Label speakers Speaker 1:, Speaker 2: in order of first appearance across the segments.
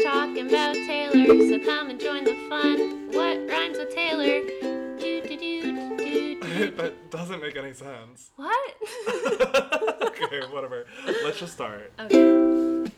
Speaker 1: about Taylor, so come and join the fun. What rhymes with Taylor? Do do do do do.
Speaker 2: that doesn't make any sense.
Speaker 1: What?
Speaker 2: okay, whatever. Let's just start.
Speaker 1: okay.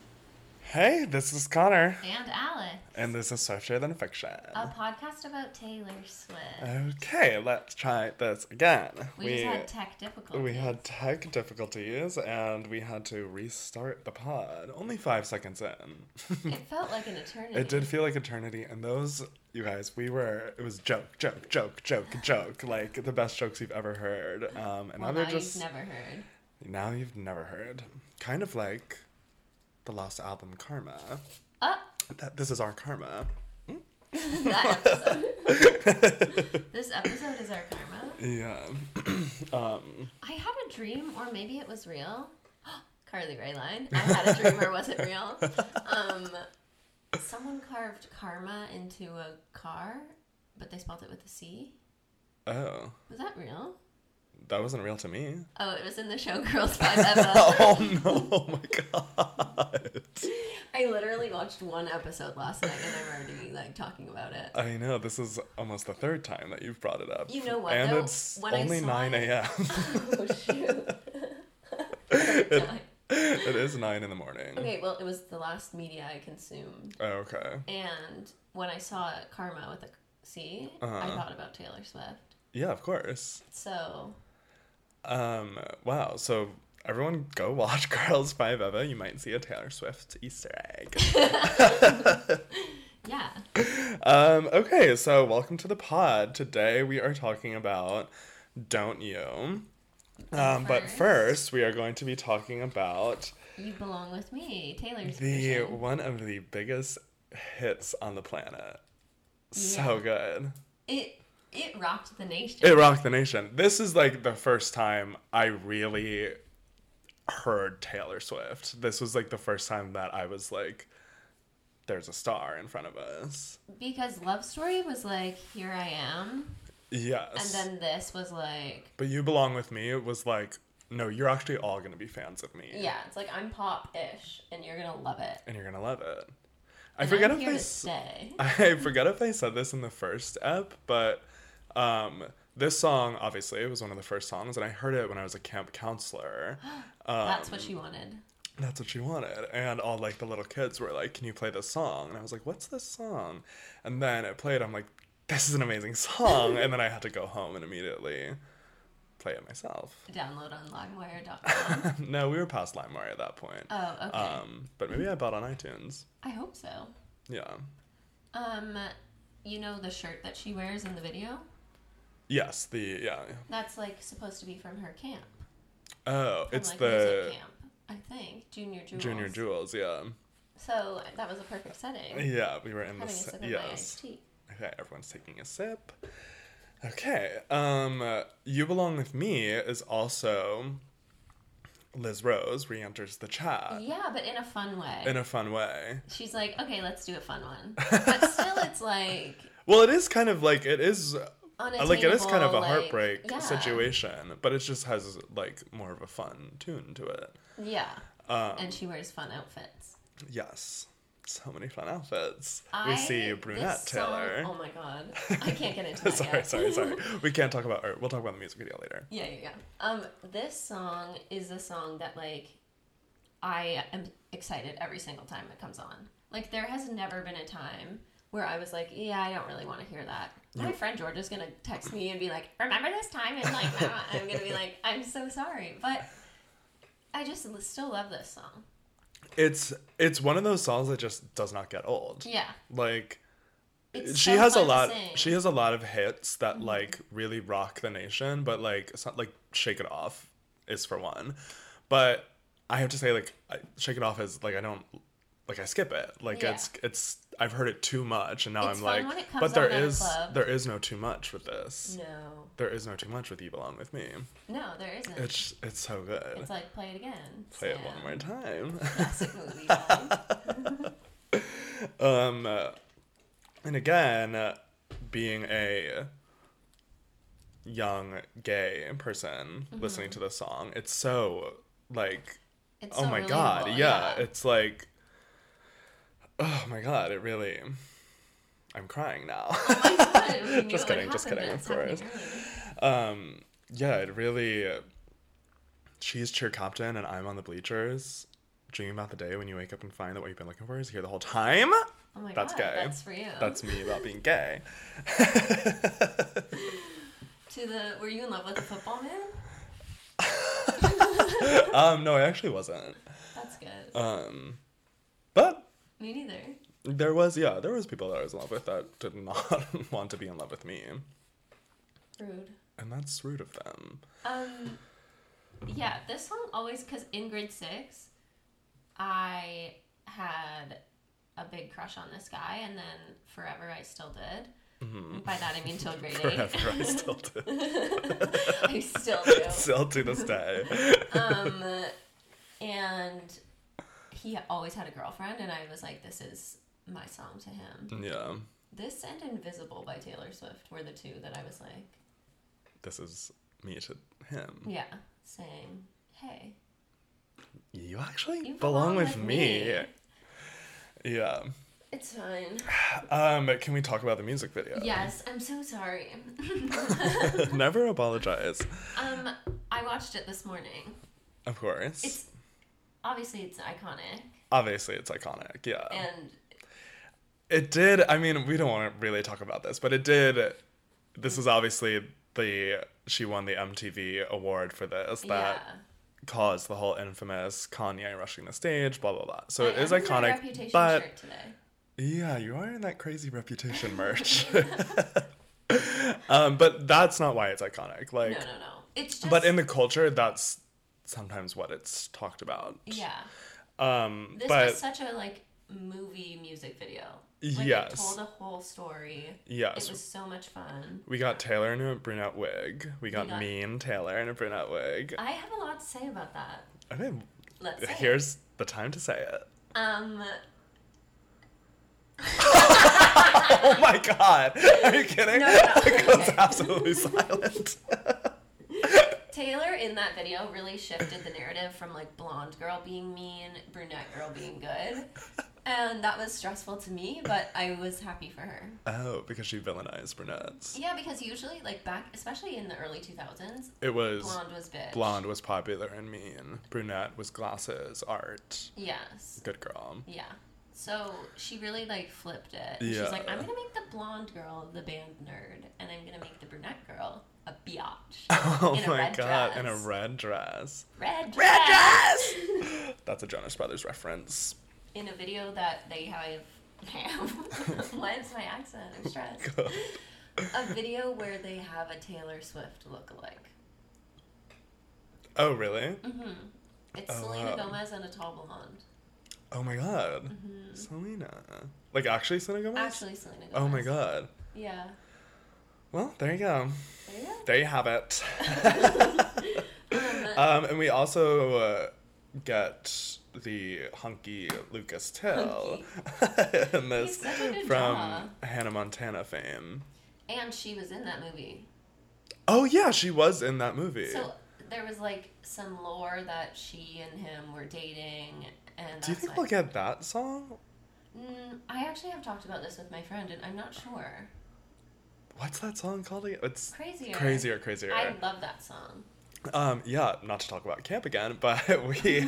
Speaker 2: Hey, this is Connor,
Speaker 1: And Alex,
Speaker 2: and this is Swifter Than Fiction.
Speaker 1: a podcast about Taylor Swift.
Speaker 2: Okay, let's try this again.
Speaker 1: We, just had tech difficulties.
Speaker 2: we had tech difficulties, and we had to restart the pod. Only five seconds in.
Speaker 1: It felt like an eternity.
Speaker 2: it did feel like eternity, and those. You guys, we were. It was joke, joke, joke, joke, joke. Like the best jokes you've ever heard. Um, and
Speaker 1: Well,
Speaker 2: now
Speaker 1: now
Speaker 2: they're just.
Speaker 1: you've never heard.
Speaker 2: Now you've never heard. Kind of like the last album Karma.
Speaker 1: Oh,
Speaker 2: That this is our karma.
Speaker 1: that episode. this episode is our karma.
Speaker 2: Yeah.
Speaker 1: I had a dream, or maybe it was real. Carly Rae line. I had a dream, or was it real? Um, someone carved karma into a car, but they spelled it with a C.
Speaker 2: Oh,
Speaker 1: Was that real?
Speaker 2: that wasn't real to me.
Speaker 1: Oh, it was in the show Girls Five Eva.
Speaker 2: Oh no! Oh my god.
Speaker 1: I literally watched one episode last night, and I'm already like talking about it.
Speaker 2: I know this is almost the third time that you've brought it up.
Speaker 1: You know what,
Speaker 2: And
Speaker 1: though?
Speaker 2: it's
Speaker 1: When I
Speaker 2: only
Speaker 1: saw
Speaker 2: nine
Speaker 1: it-
Speaker 2: a.m.
Speaker 1: Oh shoot!
Speaker 2: it is nine in the morning.
Speaker 1: okay, well, it was the last media I consumed,
Speaker 2: Oh, okay.
Speaker 1: and when I saw Karma with a C, I
Speaker 2: Uh-huh.
Speaker 1: thought about Taylor Swift.
Speaker 2: Yeah, of course.
Speaker 1: So
Speaker 2: Um. Wow. So everyone, go watch Girls Five Eva. You might see a Taylor Swift Easter egg.
Speaker 1: yeah.
Speaker 2: Um, okay, so welcome to the pod. Today we are talking about Don't You. Um, but
Speaker 1: First.
Speaker 2: first, we are going to be talking about
Speaker 1: You belong with me, Taylor's
Speaker 2: the
Speaker 1: version.
Speaker 2: one of the biggest hits on the planet. So good.
Speaker 1: It it rocked the nation.
Speaker 2: It rocked the nation. This is like the first time I really heard Taylor Swift. This was like the first time that I was like, there's a star in front of us.
Speaker 1: because Love Story was like, here I am, and
Speaker 2: Yes.
Speaker 1: then this was like,
Speaker 2: But you belong with me. It was like, no, you're actually all gonna be fans of me.
Speaker 1: yeah, it's like I'm pop ish, and you're gonna love it.
Speaker 2: And you're gonna love it. I
Speaker 1: And
Speaker 2: forget
Speaker 1: I'm
Speaker 2: if
Speaker 1: here
Speaker 2: they
Speaker 1: to
Speaker 2: s-
Speaker 1: stay.
Speaker 2: I forget if they said this in the first ep, but um this song obviously it was one of the first songs and I heard it when I was a camp counselor. um,
Speaker 1: That's what she wanted.
Speaker 2: That's what she wanted. And all like the little kids were like, Can you play this song? And I was like, What's this song? And then it played, I'm like, This is an amazing song and then I had to go home and immediately play it myself.
Speaker 1: Download on LimeWire.com.
Speaker 2: no, we were past LimeWire at that point.
Speaker 1: oh, okay.
Speaker 2: Um, but maybe I bought on iTunes.
Speaker 1: I hope so.
Speaker 2: Yeah.
Speaker 1: Um, you know the shirt that she wears in the video?
Speaker 2: Yes, the yeah.
Speaker 1: That's like supposed to be from her camp.
Speaker 2: Oh,
Speaker 1: From
Speaker 2: it's
Speaker 1: like
Speaker 2: the
Speaker 1: music camp, I think. Junior Jewels.
Speaker 2: Junior Jewels. Yeah,
Speaker 1: So that was a perfect setting.
Speaker 2: yeah. We were in the
Speaker 1: Having a
Speaker 2: se-
Speaker 1: sip of my iced
Speaker 2: yes.
Speaker 1: tea.
Speaker 2: Okay, everyone's taking a sip. Okay. Um, you belong with me is also Liz Rose re-enters the chat
Speaker 1: Yeah, but in a fun way.
Speaker 2: Uh, in a fun way.
Speaker 1: She's like, okay, let's do a fun one. But still, it's like
Speaker 2: Well, it is kind of like it is
Speaker 1: unattainable.
Speaker 2: like it is kind of a
Speaker 1: like-
Speaker 2: heartbreak
Speaker 1: yeah.
Speaker 2: situation, but it just has like more of a fun tune to it.
Speaker 1: Yeah,
Speaker 2: Um,
Speaker 1: and she wears fun outfits.
Speaker 2: Yes. So many fun outfits.
Speaker 1: I-
Speaker 2: we see
Speaker 1: this
Speaker 2: brunette
Speaker 1: song-
Speaker 2: Taylor.
Speaker 1: oh my god, I can't get into that.
Speaker 2: sorry,
Speaker 1: yet.
Speaker 2: sorry, sorry. We can't talk about or we'll talk about the music video later.
Speaker 1: yeah, yeah, yeah. Um, this song is a song that like I am excited every single time it comes on. Like there has never been a time where I was like, yeah, I don't really want to hear that. My friend George is gonna text me and be like, remember this time? And like, "Ah," I'm gonna be like, I'm so sorry, but I just l- still love this song.
Speaker 2: It's it's one of those songs that just does not get old.
Speaker 1: Yeah,
Speaker 2: Like
Speaker 1: it's
Speaker 2: she
Speaker 1: so
Speaker 2: has a
Speaker 1: fun to
Speaker 2: lot
Speaker 1: sing. Mm-hmm.
Speaker 2: she has a lot of hits that like really rock the nation, but like it's not like Shake It Off is for one. But I have to say like I, Shake It Off is like I don't like I skip it. Like
Speaker 1: Yeah.
Speaker 2: it's it's I've heard it too much and now
Speaker 1: It's
Speaker 2: I'm
Speaker 1: fun
Speaker 2: like
Speaker 1: when it comes
Speaker 2: but
Speaker 1: on
Speaker 2: there
Speaker 1: at a
Speaker 2: is
Speaker 1: club.
Speaker 2: there is no too much with this.
Speaker 1: no,
Speaker 2: There is no too much with You Belong With Me.
Speaker 1: no, there isn't. It's,
Speaker 2: It's it's so good.
Speaker 1: like play it again.
Speaker 2: Play it
Speaker 1: Sam.
Speaker 2: one more time.
Speaker 1: Classic movie. guys.
Speaker 2: um, uh, and again, uh, being a young gay person listening to this song, it's so like,
Speaker 1: It's
Speaker 2: oh
Speaker 1: so
Speaker 2: my god,
Speaker 1: relatable,
Speaker 2: yeah, it's like, oh my god, it really. I'm crying now. Just kidding, just kidding, of course. Um, yeah, it really. She's cheer captain and I'm on the bleachers. Dream about the day when you wake up and find that what you've been looking for is here the whole time.
Speaker 1: Oh my
Speaker 2: That's
Speaker 1: god,
Speaker 2: gay.
Speaker 1: that's for you.
Speaker 2: That's me about being gay.
Speaker 1: to the. Were you in love with the football man?
Speaker 2: um, no, I actually wasn't.
Speaker 1: That's good.
Speaker 2: Um, but
Speaker 1: Me neither.
Speaker 2: there was yeah, there was people that I was in love with that did not want to be in love with me,
Speaker 1: Rude.
Speaker 2: and that's rude of them.
Speaker 1: Um, yeah, this song always because in grade six, I had a big crush on this guy, and then forever I still did. By that I mean till grade eight.
Speaker 2: Mm-hmm. Forever, I still do,
Speaker 1: I still do.
Speaker 2: still to this day.
Speaker 1: um, and he always had a girlfriend, and I was like, this is my song to him.
Speaker 2: Yeah,
Speaker 1: This and Invisible by Taylor Swift were the two that I was like,
Speaker 2: this is me to him.
Speaker 1: yeah, saying, hey,
Speaker 2: You actually
Speaker 1: you
Speaker 2: belong, with me. Yeah.
Speaker 1: It's fine.
Speaker 2: Um, can we talk about the music video?
Speaker 1: Yes, I'm so sorry.
Speaker 2: Never apologize.
Speaker 1: um, I watched it this morning.
Speaker 2: Of course.
Speaker 1: It's obviously it's iconic,
Speaker 2: Obviously, it's iconic. Yeah.
Speaker 1: and
Speaker 2: It did. I mean, we don't want to really talk about this, but it did. This is obviously the she won the MTV award for this that
Speaker 1: yeah,
Speaker 2: caused the whole infamous Kanye rushing the stage, blah blah blah. So it
Speaker 1: I
Speaker 2: is
Speaker 1: owned that
Speaker 2: iconic,
Speaker 1: Reputation
Speaker 2: but
Speaker 1: shirt today.
Speaker 2: yeah, you are in that crazy reputation merch. um, but that's not why it's iconic. Like,
Speaker 1: no, no, no. It's just
Speaker 2: but in the culture, that's sometimes what it's talked about.
Speaker 1: yeah.
Speaker 2: Um,
Speaker 1: This
Speaker 2: but
Speaker 1: was such a like movie music video. Like,
Speaker 2: Yes.
Speaker 1: it told a whole story.
Speaker 2: yes,
Speaker 1: It was so much fun.
Speaker 2: we got Taylor in a brunette wig. We got,
Speaker 1: got-
Speaker 2: mean Taylor in a brunette wig.
Speaker 1: I have a lot to say about that.
Speaker 2: I mean,
Speaker 1: Let's say it.
Speaker 2: here's the time to say it.
Speaker 1: um
Speaker 2: Oh my god! Are you kidding?
Speaker 1: No, no, no.
Speaker 2: it goes absolutely silent.
Speaker 1: Taylor in that video really shifted the narrative from like blonde girl being mean, brunette girl being good. And that was stressful to me, but I was happy for her.
Speaker 2: oh, because she villainized brunettes.
Speaker 1: Yeah, because usually like back especially in the early 2000s,
Speaker 2: It was blonde.
Speaker 1: blonde
Speaker 2: was
Speaker 1: was bitch.
Speaker 2: popular and mean. Brunette was glasses, art.
Speaker 1: Yes.
Speaker 2: Good girl.
Speaker 1: Yeah. So she really like flipped it. She's
Speaker 2: Yeah.
Speaker 1: like, I'm gonna make the blonde girl the band nerd, and I'm gonna make the brunette girl a biatch.
Speaker 2: Oh
Speaker 1: In a
Speaker 2: my
Speaker 1: red
Speaker 2: god!
Speaker 1: dress.
Speaker 2: In a red dress.
Speaker 1: Red dress.
Speaker 2: That's a Jonas Brothers reference.
Speaker 1: In a video that they have. Have. Why is my accent? I'm stressed.
Speaker 2: God.
Speaker 1: A video where they have a Taylor Swift lookalike.
Speaker 2: Oh really?
Speaker 1: Mm-hmm. It's
Speaker 2: Oh,
Speaker 1: Selena
Speaker 2: wow.
Speaker 1: Gomez and a tall blonde.
Speaker 2: Oh my god. Selena. Like actually Selena Gomez.
Speaker 1: Mm-hmm. Actually, Selena Gomez.
Speaker 2: Oh my god.
Speaker 1: Yeah.
Speaker 2: Well, there you go.
Speaker 1: There you go.
Speaker 2: There you have it.
Speaker 1: Um,
Speaker 2: Um, and we also uh, get the hunky Lucas Till in this
Speaker 1: He's such a good
Speaker 2: from
Speaker 1: draw.
Speaker 2: Hannah Montana fame.
Speaker 1: and she was in that movie.
Speaker 2: Oh yeah, she was in that movie.
Speaker 1: So there was like some lore that she and him were dating, and
Speaker 2: Do you
Speaker 1: that's
Speaker 2: think
Speaker 1: why-
Speaker 2: we'll get that song?
Speaker 1: Mm, I actually have talked about this with my friend, and I'm not sure.
Speaker 2: What's that song called again? It's
Speaker 1: Crazier.
Speaker 2: crazier, crazier.
Speaker 1: I love that song.
Speaker 2: Um, yeah, not to talk about camp again, but we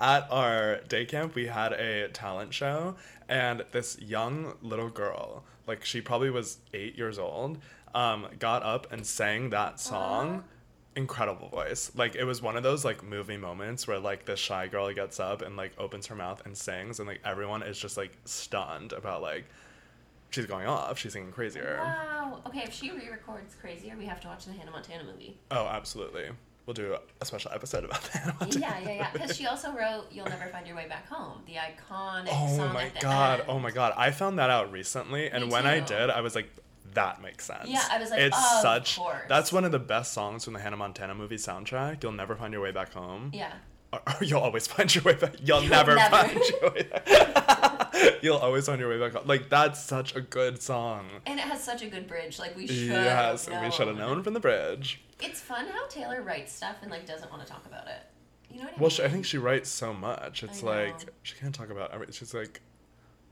Speaker 2: at our day camp we had a talent show, and this young little girl, like she probably was eight years old, um, got up and sang that song.
Speaker 1: Aw.
Speaker 2: Incredible voice. Like it was one of those like movie moments where like this shy girl gets up and like opens her mouth and sings, and like everyone is just like stunned about like she's going off, she's singing crazier.
Speaker 1: Wow. Okay, if she re-records "Crazier," we have to watch the Hannah Montana movie.
Speaker 2: Oh, absolutely. We'll do a special episode about that.
Speaker 1: Yeah, yeah, yeah. Because she also wrote "You'll Never Find Your Way Back Home," the iconic
Speaker 2: Oh
Speaker 1: song.
Speaker 2: my
Speaker 1: at the
Speaker 2: god!
Speaker 1: end.
Speaker 2: Oh my god! I found that out recently, and
Speaker 1: Me
Speaker 2: when I
Speaker 1: too.
Speaker 2: did, I was like, "That makes sense."
Speaker 1: Yeah, I was like,
Speaker 2: "It's
Speaker 1: "Of
Speaker 2: such."
Speaker 1: course."
Speaker 2: That's one of the best songs from the Hannah Montana movie soundtrack. You'll never find your way back home.
Speaker 1: Yeah.
Speaker 2: Or, or you'll always find your way back. You'll,
Speaker 1: You'll
Speaker 2: never,
Speaker 1: never.
Speaker 2: find your way. Back. you'll always find your way back home. Like that's such a good song.
Speaker 1: And it has such a good bridge. Like we should.
Speaker 2: yes,
Speaker 1: have
Speaker 2: and we should have known from the bridge.
Speaker 1: It's fun how Taylor writes stuff and like doesn't want to talk about it. You know what I mean?
Speaker 2: Well, she, I think she writes so much. It's
Speaker 1: know.
Speaker 2: like she can't talk about everything. She's like,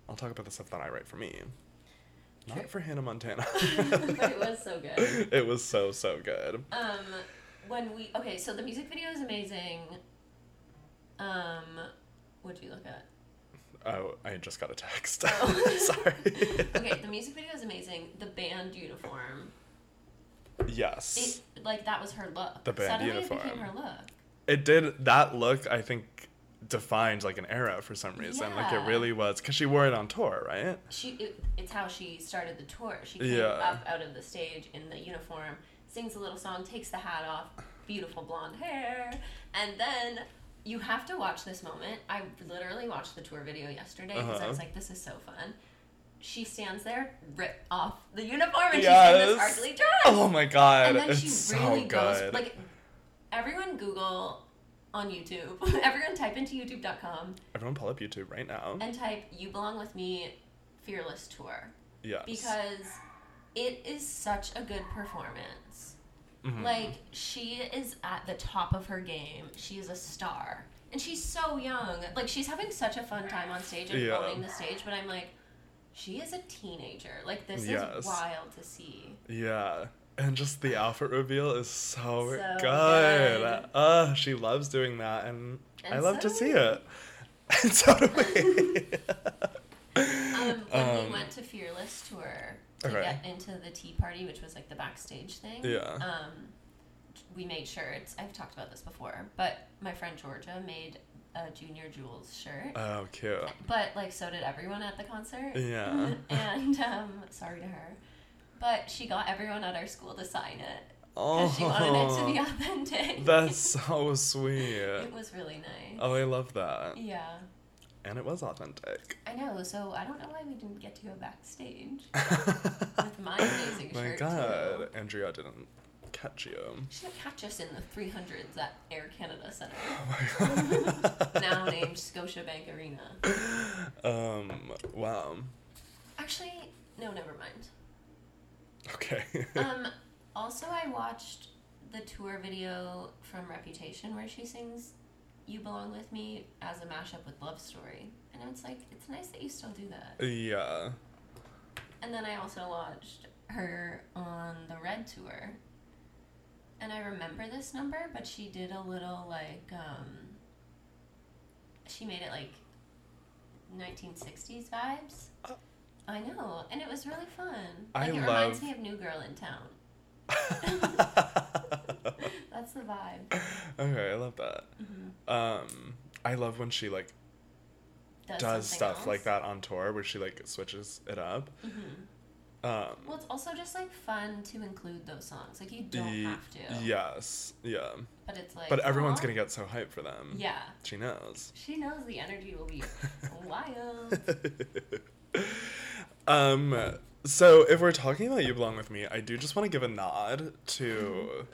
Speaker 2: I'll talk about the stuff that I write for me.
Speaker 1: True.
Speaker 2: Not for Hannah Montana.
Speaker 1: but it was so good.
Speaker 2: it was so so good.
Speaker 1: Um, when we okay, so the music video is amazing. Um, what did you look at?
Speaker 2: Oh, I just got a text.
Speaker 1: Oh.
Speaker 2: Sorry.
Speaker 1: Okay, the music video is amazing. The band uniform, it
Speaker 2: Yes.
Speaker 1: like that was her look.
Speaker 2: The band
Speaker 1: Suddenly it
Speaker 2: uniform.
Speaker 1: became her look.
Speaker 2: It, did that look. I think defined like an era for some reason. Like
Speaker 1: Yeah.
Speaker 2: it really was because she wore it on tour, right?
Speaker 1: She it, it's how she started the tour. She came
Speaker 2: Yeah.
Speaker 1: up out of the stage in the uniform, sings a little song, takes the hat off, beautiful blonde hair, and then you have to watch this moment. I literally watched the tour video yesterday because I was
Speaker 2: Uh-huh.
Speaker 1: like, this is so fun. She stands there, rip off the uniform, and she's in
Speaker 2: Yes.
Speaker 1: this sparkly dress.
Speaker 2: Oh my god,
Speaker 1: and then
Speaker 2: it's
Speaker 1: she
Speaker 2: so
Speaker 1: really
Speaker 2: good.
Speaker 1: goes like everyone Google on YouTube. everyone type into YouTube.com
Speaker 2: Everyone, pull up YouTube right now.
Speaker 1: and type "You Belong with Me," Fearless Tour
Speaker 2: yes.
Speaker 1: because it is such a good performance.
Speaker 2: Mhm.
Speaker 1: Like she is at the top of her game. She is a star. And she's so young. Like she's having such a fun time on stage and
Speaker 2: Yeah.
Speaker 1: owning the stage, but I'm like she is a teenager. Like this
Speaker 2: Yes.
Speaker 1: is wild to see.
Speaker 2: Yeah. And just the outfit reveal is so,
Speaker 1: So
Speaker 2: good.
Speaker 1: good.
Speaker 2: Uh, she loves doing that, and, I
Speaker 1: And
Speaker 2: love to
Speaker 1: so do
Speaker 2: see
Speaker 1: we.
Speaker 2: it. And so do we.
Speaker 1: Um, when
Speaker 2: Um,
Speaker 1: we went to Fearless tour to
Speaker 2: okay.
Speaker 1: get into the tea party, which was like the backstage thing.
Speaker 2: Yeah.
Speaker 1: Um, we made shirts. I've talked about this before, but my friend Georgia made a Junior Jules shirt.
Speaker 2: oh, cute.
Speaker 1: But like, so did everyone at the concert.
Speaker 2: Yeah.
Speaker 1: and um, sorry to her, but she got everyone at our school to sign it
Speaker 2: Oh,
Speaker 1: because she wanted it to be authentic.
Speaker 2: that's so sweet.
Speaker 1: it was really nice.
Speaker 2: Oh, I love that.
Speaker 1: Yeah,
Speaker 2: And it was authentic.
Speaker 1: I know. So I don't know why we didn't get to go backstage with my amazing
Speaker 2: My
Speaker 1: shirt.
Speaker 2: God,
Speaker 1: too.
Speaker 2: Andrea didn't catch you.
Speaker 1: She should catch us in the 300s at Air Canada Centre,
Speaker 2: Oh my God.
Speaker 1: now named Scotiabank Arena.
Speaker 2: Um. Wow.
Speaker 1: Actually, no, never mind.
Speaker 2: Okay.
Speaker 1: Um, also, I watched the tour video from Reputation where she sings "You Belong with Me" as a mashup with "Love Story," and it's like it's nice that you still do that.
Speaker 2: yeah.
Speaker 1: And then I also watched her on the Red tour, and I remember this number, but she did a little like um, she made it like 1960s vibes.
Speaker 2: Oh.
Speaker 1: I know, and it was really fun.
Speaker 2: I
Speaker 1: Like it
Speaker 2: love-
Speaker 1: reminds me of New Girl in Town. That's the vibe.
Speaker 2: Okay, I love that.
Speaker 1: Mm-hmm.
Speaker 2: Um, I love when she like does,
Speaker 1: something
Speaker 2: stuff
Speaker 1: else.
Speaker 2: like that on tour, where she like switches it up. Um,
Speaker 1: Mm-hmm. Well, it's also just like fun to include those songs. Like you don't
Speaker 2: y-
Speaker 1: have to.
Speaker 2: Yes, yeah.
Speaker 1: But it's like.
Speaker 2: But everyone's
Speaker 1: aw.
Speaker 2: gonna get so hyped for them.
Speaker 1: Yeah,
Speaker 2: She knows.
Speaker 1: she knows the energy will be wild.
Speaker 2: um. So if we're talking about you belong with me, I do just want to give a nod to.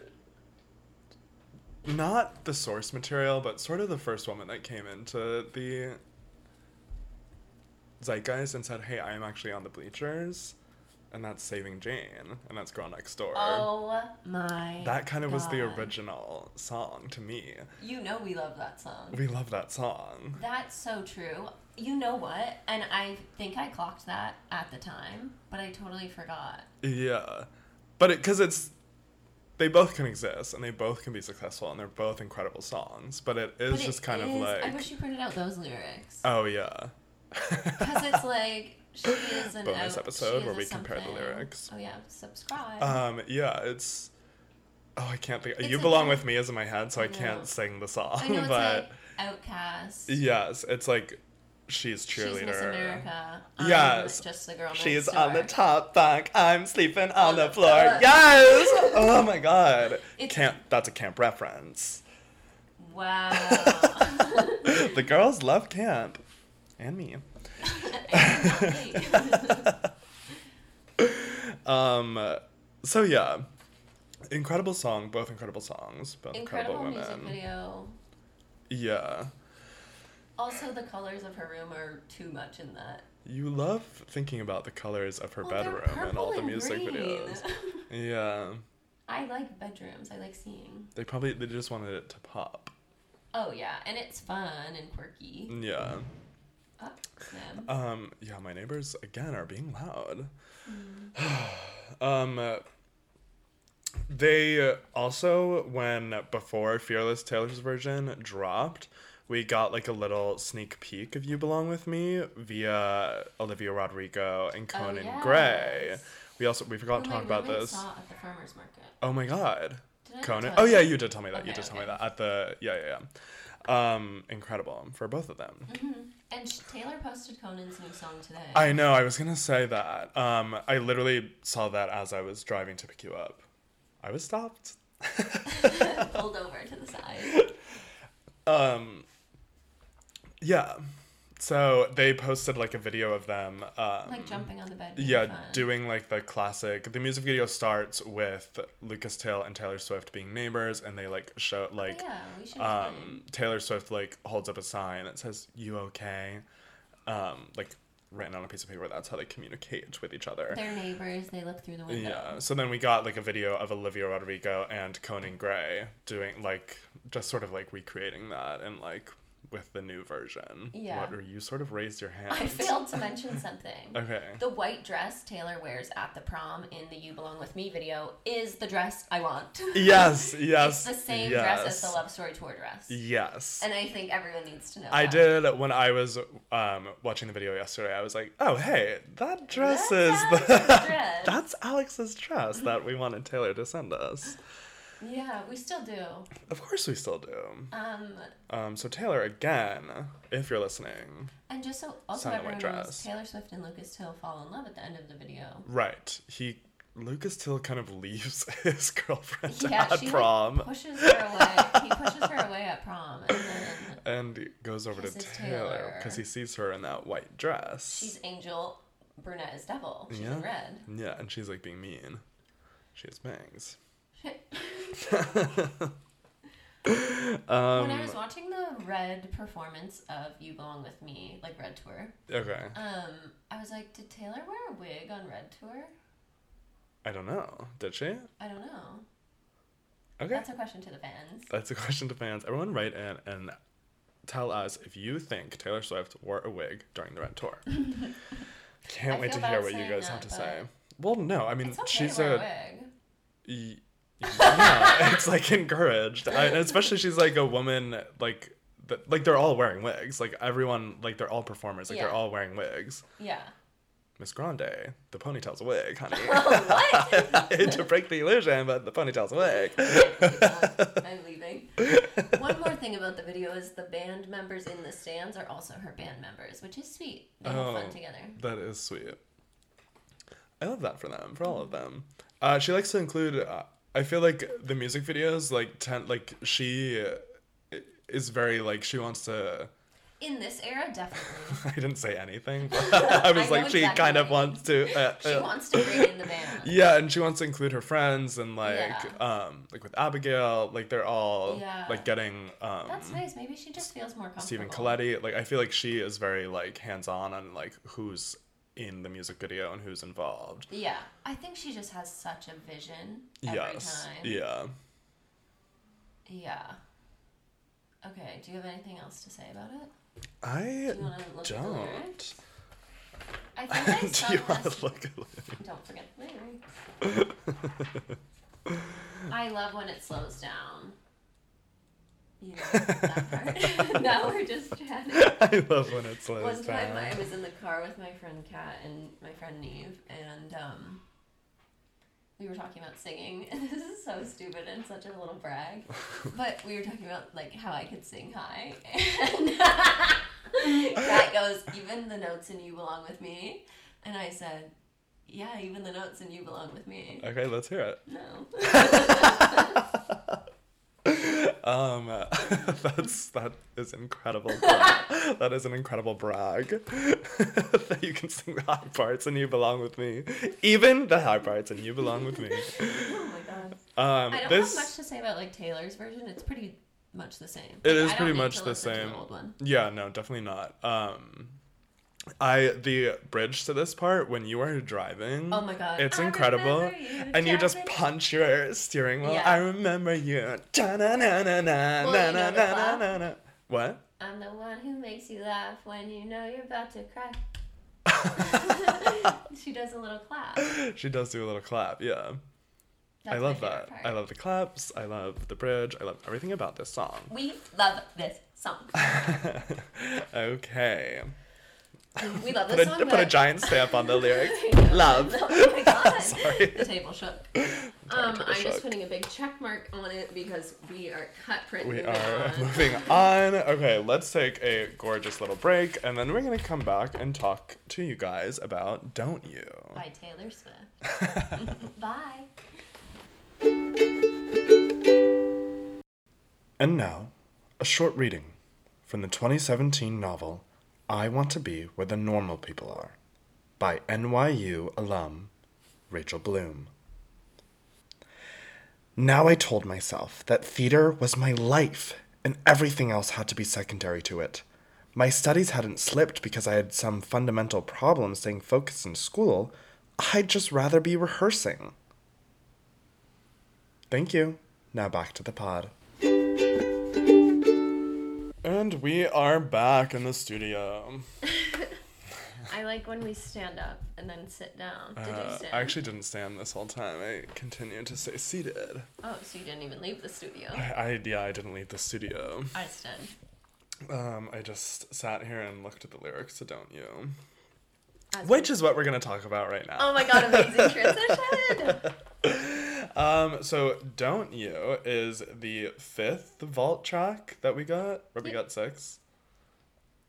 Speaker 2: Not the source material, but sort of the first woman that came into the zeitgeist and said, "Hey, I am actually on the bleachers," and that's Saving Jane, and that's Girl Next Door.
Speaker 1: Oh my.
Speaker 2: that kind of was the
Speaker 1: God.
Speaker 2: original song to me.
Speaker 1: You know we love that song.
Speaker 2: We love that song.
Speaker 1: That's so true. You know what? And I think I clocked that at the time, but I totally forgot.
Speaker 2: Yeah, but it because it's they both can exist and they both can be successful and they're both incredible songs. But it is
Speaker 1: But it
Speaker 2: just kind of
Speaker 1: is- I
Speaker 2: like
Speaker 1: wish you printed out those lyrics.
Speaker 2: oh yeah,
Speaker 1: Because it's like she is an
Speaker 2: Bonus
Speaker 1: out-
Speaker 2: episode
Speaker 1: she is
Speaker 2: where
Speaker 1: a
Speaker 2: we compare the
Speaker 1: something.
Speaker 2: lyrics.
Speaker 1: Oh yeah, subscribe.
Speaker 2: um yeah it's oh I can't think
Speaker 1: It's
Speaker 2: you
Speaker 1: a
Speaker 2: belong
Speaker 1: good-
Speaker 2: with me is in my head so I,
Speaker 1: I know.
Speaker 2: can't sing the song
Speaker 1: I know it's
Speaker 2: but
Speaker 1: like Outcast.
Speaker 2: yes it's like she's
Speaker 1: She's Miss
Speaker 2: cheerleader.
Speaker 1: America.
Speaker 2: Yes.
Speaker 1: I'm just the girl.
Speaker 2: She's
Speaker 1: next
Speaker 2: on the
Speaker 1: door.
Speaker 2: top bunk. I'm sleeping on
Speaker 1: On
Speaker 2: the
Speaker 1: the
Speaker 2: floor.
Speaker 1: floor.
Speaker 2: Yes. Oh my god.
Speaker 1: It's-
Speaker 2: Camp. That's a camp reference.
Speaker 1: Wow.
Speaker 2: the girls love camp. And me. Um so yeah. Incredible song, both incredible songs, both incredible,
Speaker 1: Incredible music
Speaker 2: women.
Speaker 1: video.
Speaker 2: Yeah.
Speaker 1: Also, the colors of her room are too much in that.
Speaker 2: You love thinking about the colors of her
Speaker 1: Well, they're
Speaker 2: bedroom and all
Speaker 1: purple
Speaker 2: the
Speaker 1: and
Speaker 2: music
Speaker 1: green.
Speaker 2: videos. Yeah.
Speaker 1: I like bedrooms. I like seeing.
Speaker 2: They probably they just wanted it to pop. Mm.
Speaker 1: Oh yeah, and it's fun and quirky.
Speaker 2: Yeah.
Speaker 1: up them.
Speaker 2: Um, yeah, my neighbors again are being loud.
Speaker 1: Mm.
Speaker 2: um, uh, they uh, also, when before Fearless Taylor's version dropped, we got like a little sneak peek of You Belong With Me via Olivia Rodrigo and Conan Gray.
Speaker 1: Oh, yes.
Speaker 2: We also we forgot to
Speaker 1: Who Oh, my
Speaker 2: talk about
Speaker 1: roommate
Speaker 2: this.
Speaker 1: Saw at the farmer's market.
Speaker 2: Oh my god.
Speaker 1: Did I
Speaker 2: Conan.
Speaker 1: tell
Speaker 2: Oh
Speaker 1: you?
Speaker 2: yeah, you did tell me that. you
Speaker 1: Okay,
Speaker 2: did tell me
Speaker 1: okay.
Speaker 2: that at the yeah yeah yeah. Um, incredible for both of them.
Speaker 1: And sh- Taylor posted Conan's new song today.
Speaker 2: I know. I was gonna say that. Um, I literally saw that as I was driving to pick you up. I was stopped.
Speaker 1: pulled over to the side.
Speaker 2: Um, yeah. So they posted like a video of them. Um,
Speaker 1: Like jumping on the bed. being
Speaker 2: yeah,
Speaker 1: fun.
Speaker 2: doing like the classic. The music video starts with Lucas Till and Taylor Swift being neighbors, and they like show like
Speaker 1: Oh, yeah, we should.
Speaker 2: um, Taylor Swift like holds up a sign that says "You okay," um, like written on a piece of paper. That's how they communicate with each other.
Speaker 1: They're neighbors. They look through the window.
Speaker 2: Yeah. So then we got like a video of Olivia Rodrigo and Conan Gray doing like just sort of like recreating that and like with the new version.
Speaker 1: Yeah.
Speaker 2: What, or you sort of raised your hand.
Speaker 1: I failed to mention something.
Speaker 2: Okay.
Speaker 1: The white dress Taylor wears at the prom in the "You Belong with Me" video is the dress I want.
Speaker 2: Yes. Yes.
Speaker 1: it's the same dress as the
Speaker 2: yes,
Speaker 1: Love Story tour dress,
Speaker 2: Yes.
Speaker 1: and uh, I think everyone needs to know.
Speaker 2: I
Speaker 1: that.
Speaker 2: did when I was um, watching the video yesterday. I was like, "Oh, hey, that dress
Speaker 1: That's
Speaker 2: is the
Speaker 1: Alex's dress.
Speaker 2: that's Alex's dress that we wanted Taylor to send us."
Speaker 1: Yeah, we still do.
Speaker 2: Of course, we still do.
Speaker 1: Um,
Speaker 2: Um, so Taylor, again, if you're listening,
Speaker 1: and just so also
Speaker 2: Sign the white
Speaker 1: everyone knows,
Speaker 2: dress.
Speaker 1: Taylor Swift and Lucas Till fall in love at the end of the video.
Speaker 2: Right. He Lucas Till kind of leaves his girlfriend
Speaker 1: Yeah,
Speaker 2: at
Speaker 1: she like,
Speaker 2: prom
Speaker 1: pushes her away. he pushes her away at prom, and then
Speaker 2: and goes over to
Speaker 1: Kisses
Speaker 2: Taylor
Speaker 1: Taylor.
Speaker 2: because he sees her in that white dress.
Speaker 1: she's angel. Brunette is devil. She's
Speaker 2: Yeah.
Speaker 1: in red.
Speaker 2: Yeah, and she's like being mean. She has bangs. Um,
Speaker 1: when I was watching the Red performance of "You Belong with Me," like Red tour,
Speaker 2: Okay.
Speaker 1: um, I was like, did Taylor wear a wig on Red tour?
Speaker 2: I don't know. Did she?
Speaker 1: I don't know.
Speaker 2: Okay.
Speaker 1: That's a question to the fans.
Speaker 2: That's a question to fans. Everyone write in and tell us if you think Taylor Swift wore a wig during the Red Tour. Can't
Speaker 1: I
Speaker 2: wait to
Speaker 1: feel bad
Speaker 2: hear what you
Speaker 1: saying
Speaker 2: guys
Speaker 1: that,
Speaker 2: have to
Speaker 1: but-
Speaker 2: say. Well, no, I mean
Speaker 1: It's okay
Speaker 2: she's
Speaker 1: to wear a,
Speaker 2: a
Speaker 1: wig.
Speaker 2: Y- yeah, it's like encouraged, I, and especially she's like a woman like that. Like they're all wearing wigs. Like everyone, like they're all performers. Like they're
Speaker 1: Yeah.
Speaker 2: all wearing wigs.
Speaker 1: Yeah.
Speaker 2: Miss Grande, the ponytail's a wig, honey.
Speaker 1: Oh, what?
Speaker 2: I hate to break the illusion, but the ponytail's a wig.
Speaker 1: I'm leaving. One more thing about the video is the band members in the stands are also her band members, which is sweet. They have
Speaker 2: Oh.
Speaker 1: fun together.
Speaker 2: That is sweet. I love that for them, for all of them. Uh, she likes to include. Uh, I feel like the music videos, like ten, like she uh, is very like she wants to.
Speaker 1: In this era, definitely.
Speaker 2: I didn't say anything. But I was
Speaker 1: know
Speaker 2: like, she
Speaker 1: exactly
Speaker 2: kind of
Speaker 1: what you
Speaker 2: wants
Speaker 1: mean.
Speaker 2: to. Uh,
Speaker 1: She
Speaker 2: uh,
Speaker 1: wants to bring in the band.
Speaker 2: yeah, and she wants to include her friends and like,
Speaker 1: Yeah.
Speaker 2: um, like with Abigail, like they're all
Speaker 1: Yeah.
Speaker 2: like getting um,
Speaker 1: That's nice. Maybe she just feels more comfortable.
Speaker 2: Stephen Coletti. Like I feel like she is very like hands on on like who's in the music video and who's involved.
Speaker 1: Yeah. I think she just has such a vision every
Speaker 2: yes.
Speaker 1: time.
Speaker 2: Yeah.
Speaker 1: Yeah. Okay, do you have anything else to say about it?
Speaker 2: I
Speaker 1: Do you want to look at the
Speaker 2: don't.
Speaker 1: lyrics? I think I
Speaker 2: Do you
Speaker 1: sung
Speaker 2: want
Speaker 1: this.
Speaker 2: to look at the lyrics?
Speaker 1: Don't forget the lyrics. I love when it slows down. You know that part. now we're just chatting.
Speaker 2: I love when it slows
Speaker 1: One time
Speaker 2: down.
Speaker 1: I was in the car with my friend Kat and my friend Neve, and um, we were talking about singing. And this is so stupid and such a little brag, but we were talking about like how I could sing high. And Kat goes, "Even the notes in you belong with me," and I said, "Yeah, even the notes in you belong with me."
Speaker 2: Okay, let's hear it.
Speaker 1: No,
Speaker 2: Um, that's that is incredible. brag. that is an incredible brag that you can sing the high parts and you belong with me, even the high parts and you belong with me.
Speaker 1: oh my god.
Speaker 2: Um,
Speaker 1: I don't
Speaker 2: this
Speaker 1: have much to say about like Taylor's version. It's pretty much the same.
Speaker 2: It
Speaker 1: Like,
Speaker 2: is
Speaker 1: I don't
Speaker 2: pretty
Speaker 1: need
Speaker 2: much
Speaker 1: to
Speaker 2: the
Speaker 1: listen to
Speaker 2: same.
Speaker 1: old one.
Speaker 2: yeah, no, definitely not. Um, I the bridge to this part when you are driving.
Speaker 1: Oh my god.
Speaker 2: It's
Speaker 1: I
Speaker 2: incredible.
Speaker 1: remember you,
Speaker 2: and you just
Speaker 1: driving
Speaker 2: punch your steering wheel.
Speaker 1: Yeah.
Speaker 2: I remember you. Da-na-na-na-na,
Speaker 1: Well, you know the
Speaker 2: na-na-na-na-na. What?
Speaker 1: I I'm the one who makes you laugh when you know you're about to cry. she does a little clap.
Speaker 2: she does do a little clap. Yeah. I
Speaker 1: That's my
Speaker 2: love
Speaker 1: favorite
Speaker 2: that.
Speaker 1: part.
Speaker 2: I love the claps. I love the bridge. I love everything about this song.
Speaker 1: We love this song.
Speaker 2: okay.
Speaker 1: We love
Speaker 2: Put a,
Speaker 1: this song.
Speaker 2: put a
Speaker 1: but-
Speaker 2: giant stamp on the lyrics. Love.
Speaker 1: Oh my god.
Speaker 2: Sorry.
Speaker 1: The table shook. Um,
Speaker 2: table
Speaker 1: I'm just
Speaker 2: shook.
Speaker 1: putting a big check mark on it because we are cut print.
Speaker 2: We
Speaker 1: moving
Speaker 2: are
Speaker 1: on.
Speaker 2: moving on. Okay, let's take a gorgeous little break and then we're going to come back and talk to you guys about Don't You.
Speaker 1: By Taylor Swift. Bye.
Speaker 2: And now, a short reading from the 2017 novel I Want to Be Where the Normal People Are by NYU alum Rachel Bloom. Now I told myself that theater was my life and everything else had to be secondary to it. My studies hadn't slipped because I had some fundamental problem staying focused in school. I'd just rather be rehearsing. Thank you. Now back to the pod. And we are back in the studio.
Speaker 1: I like when we stand up and then sit down. Did you
Speaker 2: Uh,
Speaker 1: stand?
Speaker 2: I actually didn't stand this whole time. I continued to stay seated.
Speaker 1: oh, so you didn't even leave the studio.
Speaker 2: I, I yeah, I didn't leave the studio.
Speaker 1: I stood.
Speaker 2: Um, I just sat here and looked at the lyrics to "Don't You,"
Speaker 1: As-
Speaker 2: which is what we're gonna talk about right now.
Speaker 1: Oh my god, amazing transition!
Speaker 2: Um, so "Don't You" is the fifth vault track that we got. Or we
Speaker 1: Yeah.
Speaker 2: got six,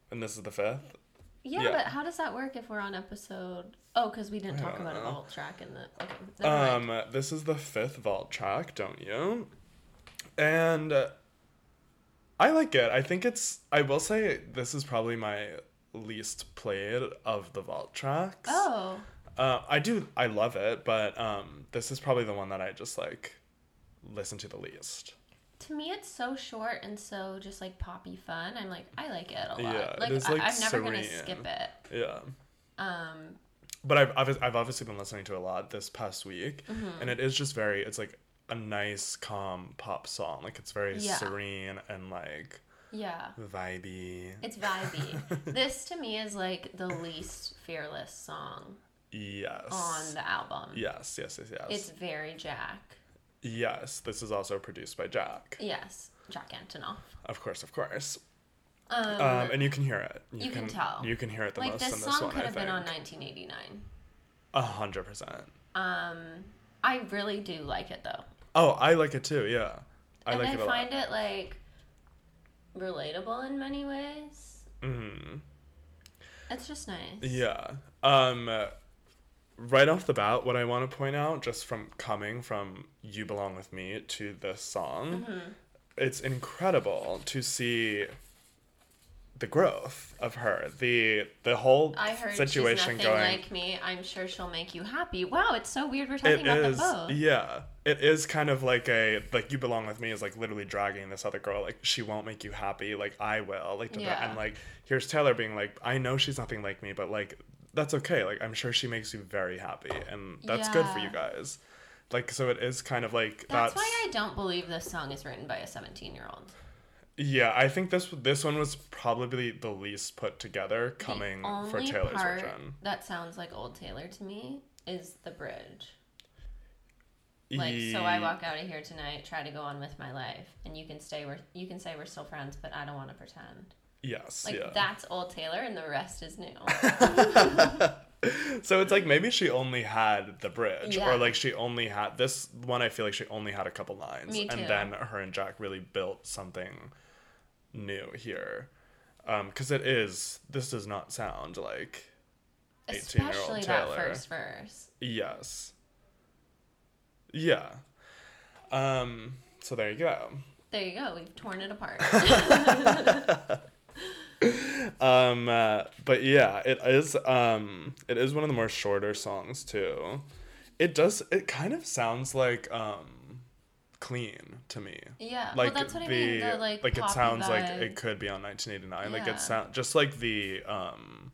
Speaker 2: and this is the fifth.
Speaker 1: Yeah,
Speaker 2: Yeah.
Speaker 1: but how does that work if we're on episode? Oh, because we didn't
Speaker 2: I
Speaker 1: talk
Speaker 2: don't
Speaker 1: about a
Speaker 2: know.
Speaker 1: vault track in the. Okay, never mind.
Speaker 2: Uh, Um, this is the fifth vault track, don't you? And uh, I like it. I think it's. I will say this is probably my least played of the vault tracks.
Speaker 1: Oh,
Speaker 2: Uh, I do. I love it, but um, this is probably the one that I just like listen to the least.
Speaker 1: to me, it's so short and so just like poppy fun. I'm like, I like it a lot.
Speaker 2: Yeah, it
Speaker 1: like,
Speaker 2: is, like,
Speaker 1: I, I'm never gonna
Speaker 2: serene.
Speaker 1: skip it.
Speaker 2: Yeah.
Speaker 1: Um,
Speaker 2: but I've obvi- I've obviously been listening to it a lot this past week,
Speaker 1: Mm-hmm.
Speaker 2: and it is just very it's like a nice calm pop song. Like it's very
Speaker 1: Yeah.
Speaker 2: serene and like
Speaker 1: yeah,
Speaker 2: vibey.
Speaker 1: it's vibey. this to me is like the least fearless song
Speaker 2: yes.
Speaker 1: on the album.
Speaker 2: yes, yes, yes, yes.
Speaker 1: It's very Jack.
Speaker 2: yes, this is also produced by Jack.
Speaker 1: Yes, Jack Antonoff.
Speaker 2: Of course, of course.
Speaker 1: Um,
Speaker 2: Um, and you can hear it.
Speaker 1: you can tell.
Speaker 2: You can hear it the
Speaker 1: like
Speaker 2: most
Speaker 1: this
Speaker 2: in this
Speaker 1: song
Speaker 2: one.
Speaker 1: could
Speaker 2: I
Speaker 1: have
Speaker 2: think.
Speaker 1: been on 1989.
Speaker 2: A hundred percent.
Speaker 1: Um, I really do like it though.
Speaker 2: Oh, I like it too. Yeah, I
Speaker 1: and
Speaker 2: like
Speaker 1: I
Speaker 2: it a
Speaker 1: find
Speaker 2: lot.
Speaker 1: it like relatable in many ways.
Speaker 2: Mhm.
Speaker 1: It's just nice.
Speaker 2: Yeah. Um right off the bat, what I want to point out just from coming from You Belong with Me to this song,
Speaker 1: Mm-hmm.
Speaker 2: it's incredible to see the growth of her. The the whole
Speaker 1: I heard
Speaker 2: situation
Speaker 1: she's nothing
Speaker 2: going
Speaker 1: like me. I'm sure she'll make you happy. Wow, it's so weird we're talking
Speaker 2: It
Speaker 1: about
Speaker 2: is
Speaker 1: them both.
Speaker 2: yeah. It is kind of like a like you belong with me is like literally dragging this other girl like she won't make you happy like I will like da- da-
Speaker 1: Yeah.
Speaker 2: and like here's Taylor being like I know she's nothing like me but like that's okay like I'm sure she makes you very happy and that's good for
Speaker 1: Yeah.
Speaker 2: you guys like so it is kind of like
Speaker 1: That's, why I don't believe this song is written by a 17 year old.
Speaker 2: yeah I think this this one was probably the least put together coming
Speaker 1: the only
Speaker 2: for Taylor's
Speaker 1: part
Speaker 2: version
Speaker 1: that sounds like old Taylor to me is the bridge. Like, so I
Speaker 2: Ye-
Speaker 1: walk out of here tonight, try to go on with my life, and you can stay. We're you can say we're still friends, but I don't want to pretend.
Speaker 2: yes
Speaker 1: Like
Speaker 2: yeah
Speaker 1: that's old Taylor, and the rest is new.
Speaker 2: So it's like maybe she only had the bridge,
Speaker 1: Yeah.
Speaker 2: or like she only had this one. I feel like she only had a couple lines,
Speaker 1: Me too.
Speaker 2: and then her and Jack really built something new here, because it is. This does not sound like 18-year-old
Speaker 1: Especially
Speaker 2: Taylor.
Speaker 1: that first verse.
Speaker 2: yes, yeah. Um. So there you go.
Speaker 1: There you go. We've torn it apart.
Speaker 2: Um. uh, but yeah, it is. Um. It is one of the more shorter songs too. It does. It kind of sounds like um, clean to me.
Speaker 1: Yeah.
Speaker 2: like
Speaker 1: well, that's what
Speaker 2: the,
Speaker 1: I mean. The like,
Speaker 2: it
Speaker 1: poppy
Speaker 2: sounds like
Speaker 1: vibe.
Speaker 2: it could be on 1989 like
Speaker 1: Yeah.
Speaker 2: it sound just like the um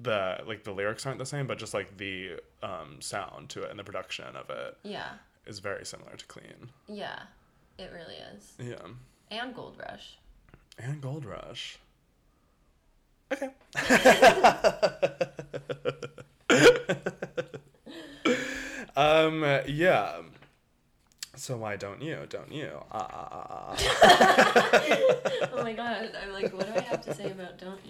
Speaker 2: the like the lyrics aren't the same but just like the um sound to it and the production of it
Speaker 1: Yeah.
Speaker 2: is very similar to clean
Speaker 1: Yeah. It really is.
Speaker 2: yeah
Speaker 1: And Gold Rush.
Speaker 2: and gold rush Okay. um. Yeah. So why don't you? Don't you? Ah, ah, ah, ah.
Speaker 1: oh my god, I'm like, what do I have to say about don't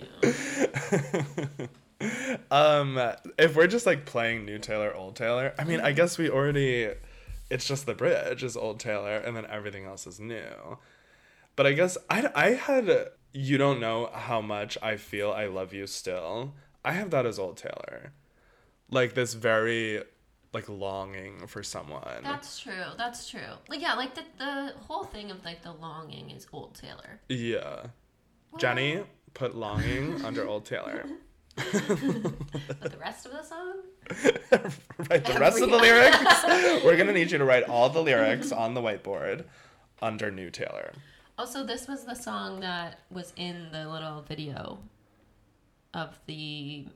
Speaker 1: you?
Speaker 2: um if we're just like playing new taylor old taylor i mean i guess we already it's just the bridge is old taylor and then everything else is new but i guess i i had you don't know how much i feel i love you still i have that as old taylor like this very like longing for someone
Speaker 1: That's true. That's true. Like yeah, like the the whole thing of like the longing is old Taylor.
Speaker 2: yeah jenny put longing under old taylor
Speaker 1: But the rest of the song,
Speaker 2: write the rest of the
Speaker 1: Every-
Speaker 2: lyrics. We're gonna need you to write all the lyrics on the whiteboard under New Taylor.
Speaker 1: Also, Oh, this was the song that was in the little video of the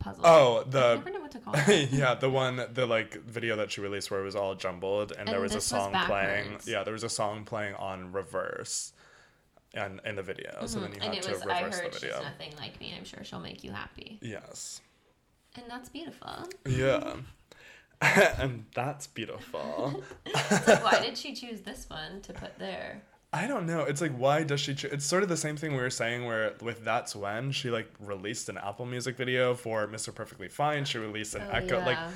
Speaker 1: puzzle.
Speaker 2: Oh,
Speaker 1: I
Speaker 2: the
Speaker 1: never know what to call it.
Speaker 2: yeah, the one the like video that she released where it was all jumbled and, there
Speaker 1: And
Speaker 2: was a
Speaker 1: this was
Speaker 2: song playing.
Speaker 1: backwards.
Speaker 2: Yeah, there was a song playing on reverse, and in the video. So then you
Speaker 1: Mm-hmm.
Speaker 2: had
Speaker 1: and it
Speaker 2: to
Speaker 1: was I
Speaker 2: reverse the
Speaker 1: heard she's
Speaker 2: video.
Speaker 1: nothing like me. I'm sure she'll make you happy,
Speaker 2: Yes.
Speaker 1: and that's beautiful.
Speaker 2: Yeah. and that's beautiful.
Speaker 1: It's like, why did she choose this one to put there?
Speaker 2: I don't know. It's like why does she? Cho- it's sort of the same thing we were saying where with that's when she like released an Apple Music video for Mr. Perfectly Fine. She released an
Speaker 1: Oh,
Speaker 2: Echo. Like
Speaker 1: yeah.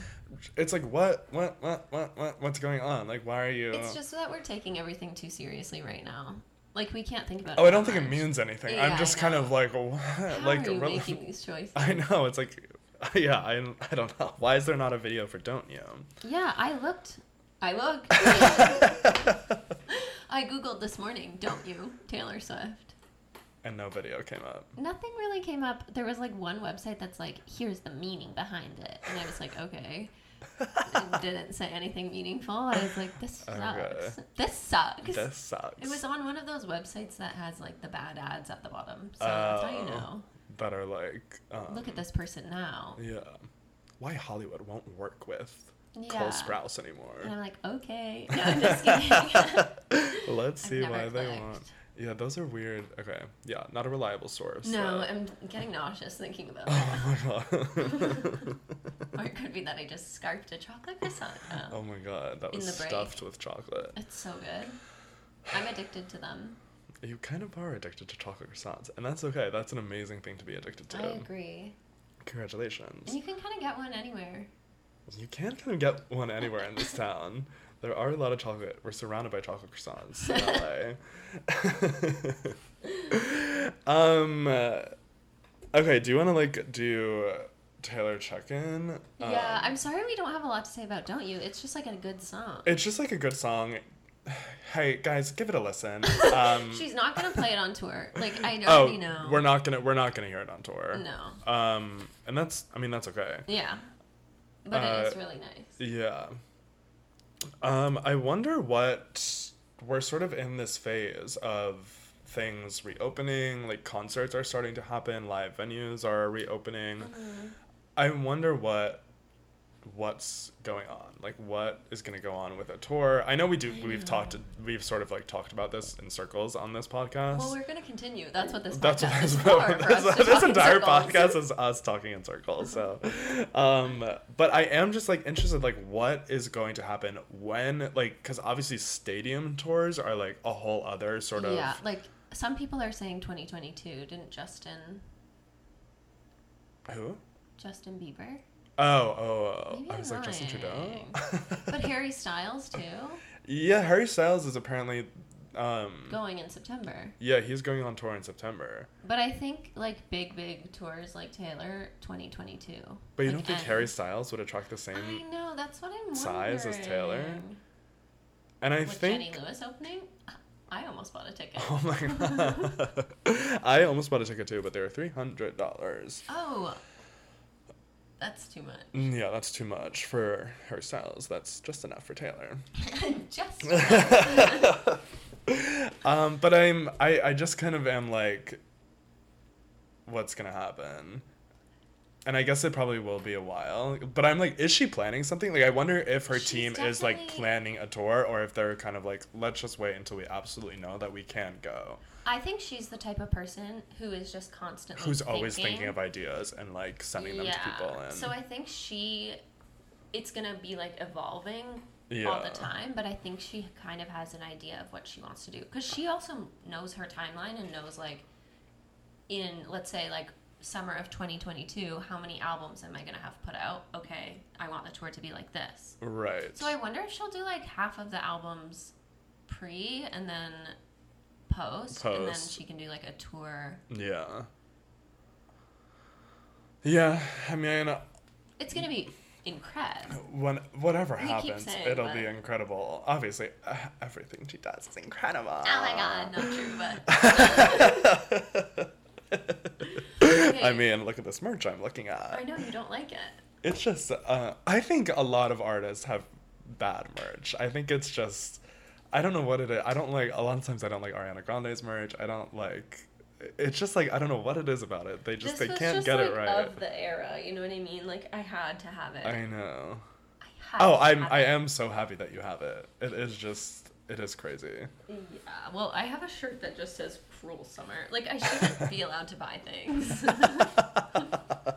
Speaker 2: it's like what what what what what what's going on? Like why are you?
Speaker 1: It's just that we're taking everything too seriously right now. Like we can't think about.
Speaker 2: oh,
Speaker 1: it
Speaker 2: I don't
Speaker 1: that
Speaker 2: think it
Speaker 1: much.
Speaker 2: means anything.
Speaker 1: Yeah,
Speaker 2: I'm
Speaker 1: I
Speaker 2: just kind
Speaker 1: know.
Speaker 2: of like what?
Speaker 1: How
Speaker 2: like
Speaker 1: are you
Speaker 2: rel-
Speaker 1: making these choices?
Speaker 2: I know it's like yeah. I I don't know. Why is there not a video for Don't You?
Speaker 1: Yeah, I looked. I looked. I googled this morning, don't you, Taylor Swift?
Speaker 2: And no video came up.
Speaker 1: Nothing really came up. There was like one website that's like, here's the meaning behind it. And I was like, okay. It didn't say anything meaningful. I was like, this
Speaker 2: Okay.
Speaker 1: sucks. This sucks.
Speaker 2: This sucks.
Speaker 1: It was on one of those websites that has like the bad ads at the bottom. So that's how
Speaker 2: Oh.
Speaker 1: you know.
Speaker 2: that are like um,
Speaker 1: Look at this person now.
Speaker 2: yeah. Why Hollywood won't work with
Speaker 1: Yeah.
Speaker 2: Cole Sprouse anymore?
Speaker 1: And I'm like, okay. No, I'm just kidding.
Speaker 2: Let's
Speaker 1: I've
Speaker 2: see
Speaker 1: never
Speaker 2: why they
Speaker 1: clicked.
Speaker 2: want. Yeah, those are weird. Okay. Yeah, not a reliable source.
Speaker 1: no,
Speaker 2: but-
Speaker 1: I'm getting nauseous thinking about it.
Speaker 2: Oh my god.
Speaker 1: Or it could be that I just scarfed a chocolate croissant. Oh,
Speaker 2: oh my god, that
Speaker 1: In
Speaker 2: was
Speaker 1: the break.
Speaker 2: stuffed with chocolate.
Speaker 1: It's so good. I'm addicted to them.
Speaker 2: You kind of are addicted to chocolate croissants, and that's okay. That's an amazing thing to be addicted to.
Speaker 1: I agree. And
Speaker 2: Congratulations.
Speaker 1: you can kind of get one anywhere.
Speaker 2: You can kind of get one anywhere in this town. There are a lot of chocolate. We're surrounded by chocolate croissants in LA. um, okay, do you want to like do Taylor Um, check in?
Speaker 1: yeah, I'm sorry we don't have a lot to say about Don't You. It's just like a good song.
Speaker 2: It's just like a good song. Hey guys, give it a listen. Um,
Speaker 1: She's not going to play it on tour. Like, I
Speaker 2: oh,
Speaker 1: already know.
Speaker 2: we're not gonna we're not gonna hear it on tour.
Speaker 1: No.
Speaker 2: Um, and that's I mean that's okay.
Speaker 1: Yeah. But it is
Speaker 2: Uh,
Speaker 1: really nice.
Speaker 2: Yeah. Um, I wonder what we're sort of in this phase of things reopening, like concerts are starting to happen, live venues are reopening. I wonder what what's going on like what is going to go on with a tour i know we do we've talked we've sort of like talked about this in circles on this podcast
Speaker 1: Well, we're going to continue. That's what this
Speaker 2: that's
Speaker 1: podcast
Speaker 2: what
Speaker 1: is
Speaker 2: this,
Speaker 1: for. for us
Speaker 2: this,
Speaker 1: to
Speaker 2: this
Speaker 1: talk in
Speaker 2: entire
Speaker 1: circles.
Speaker 2: podcast is us talking in circles. So, um, but I am just like interested, like what is going to happen when, like, because obviously stadium tours are like a whole other sort of.
Speaker 1: Yeah, like some people are saying 2022. Didn't Justin
Speaker 2: Who?
Speaker 1: Justin Bieber?
Speaker 2: Oh, oh, oh.
Speaker 1: Maybe
Speaker 2: I was like Justin Trudeau.
Speaker 1: lying. But Harry Styles too,
Speaker 2: yeah, Harry Styles is apparently. Um,
Speaker 1: going in September.
Speaker 2: yeah, he's going on tour in September.
Speaker 1: But I think like big big tours like Taylor
Speaker 2: But
Speaker 1: 2022.
Speaker 2: you
Speaker 1: Like,
Speaker 2: don't think
Speaker 1: and-
Speaker 2: Harry Styles would attract the
Speaker 1: I
Speaker 2: same?
Speaker 1: know that's what I'm wondering.
Speaker 2: size as Taylor? And I
Speaker 1: With
Speaker 2: think.
Speaker 1: Jenny Lewis opening, I almost bought a ticket.
Speaker 2: Oh my god. I almost bought a ticket too, but they were three hundred dollars.
Speaker 1: Oh, that's too much.
Speaker 2: Yeah, that's too much for her styles. That's just enough for Taylor.
Speaker 1: Just
Speaker 2: Um, but I'm I, I just kind of am like what's gonna happen? and I guess it probably will be a while. But I'm like, is she planning something? Like, I wonder if her
Speaker 1: She's
Speaker 2: team is like
Speaker 1: definitely-
Speaker 2: planning a tour, or if they're kind of like, let's just wait until we absolutely know that we can go.
Speaker 1: I think she's the type of person who is just constantly
Speaker 2: Who's always thinking of ideas and like sending them to people. And
Speaker 1: So I think she, it's gonna be like evolving all
Speaker 2: Yeah.
Speaker 1: the time. But I think she kind of has an idea of what she wants to do because she also knows her timeline and knows like, in let's say like summer of 2022, how many albums am I gonna have put out? Okay, I want the tour to be like this.
Speaker 2: right,
Speaker 1: So I wonder if she'll do like half of the albums pre and then post, and then
Speaker 2: Post.
Speaker 1: she can do like a tour.
Speaker 2: yeah, yeah. I mean,
Speaker 1: It's gonna be incredible.
Speaker 2: when whatever
Speaker 1: keep
Speaker 2: happens,
Speaker 1: saying
Speaker 2: it'll
Speaker 1: that.
Speaker 2: be incredible. Obviously, uh, everything she does is incredible.
Speaker 1: Oh my god, not true, but
Speaker 2: I mean, look at this merch I'm looking at.
Speaker 1: I know you don't like it.
Speaker 2: It's just, uh, I think a lot of artists have bad merch. I think it's just, I don't know what it is. I don't like, a lot of times I don't like Ariana Grande's merch. I don't like, it's just like, I don't know what it is about it. They just,
Speaker 1: This
Speaker 2: they
Speaker 1: was
Speaker 2: can't
Speaker 1: just,
Speaker 2: get it
Speaker 1: like,
Speaker 2: right.
Speaker 1: Of the era, you know what I mean? Like I had to have it.
Speaker 2: I know.
Speaker 1: I had
Speaker 2: Oh,
Speaker 1: to
Speaker 2: I'm,
Speaker 1: have
Speaker 2: I
Speaker 1: it.
Speaker 2: am so happy that you have it. It is just, it is crazy.
Speaker 1: Yeah. Well, I have a shirt that just says "Cruel Summer." Like I shouldn't be allowed to buy things. a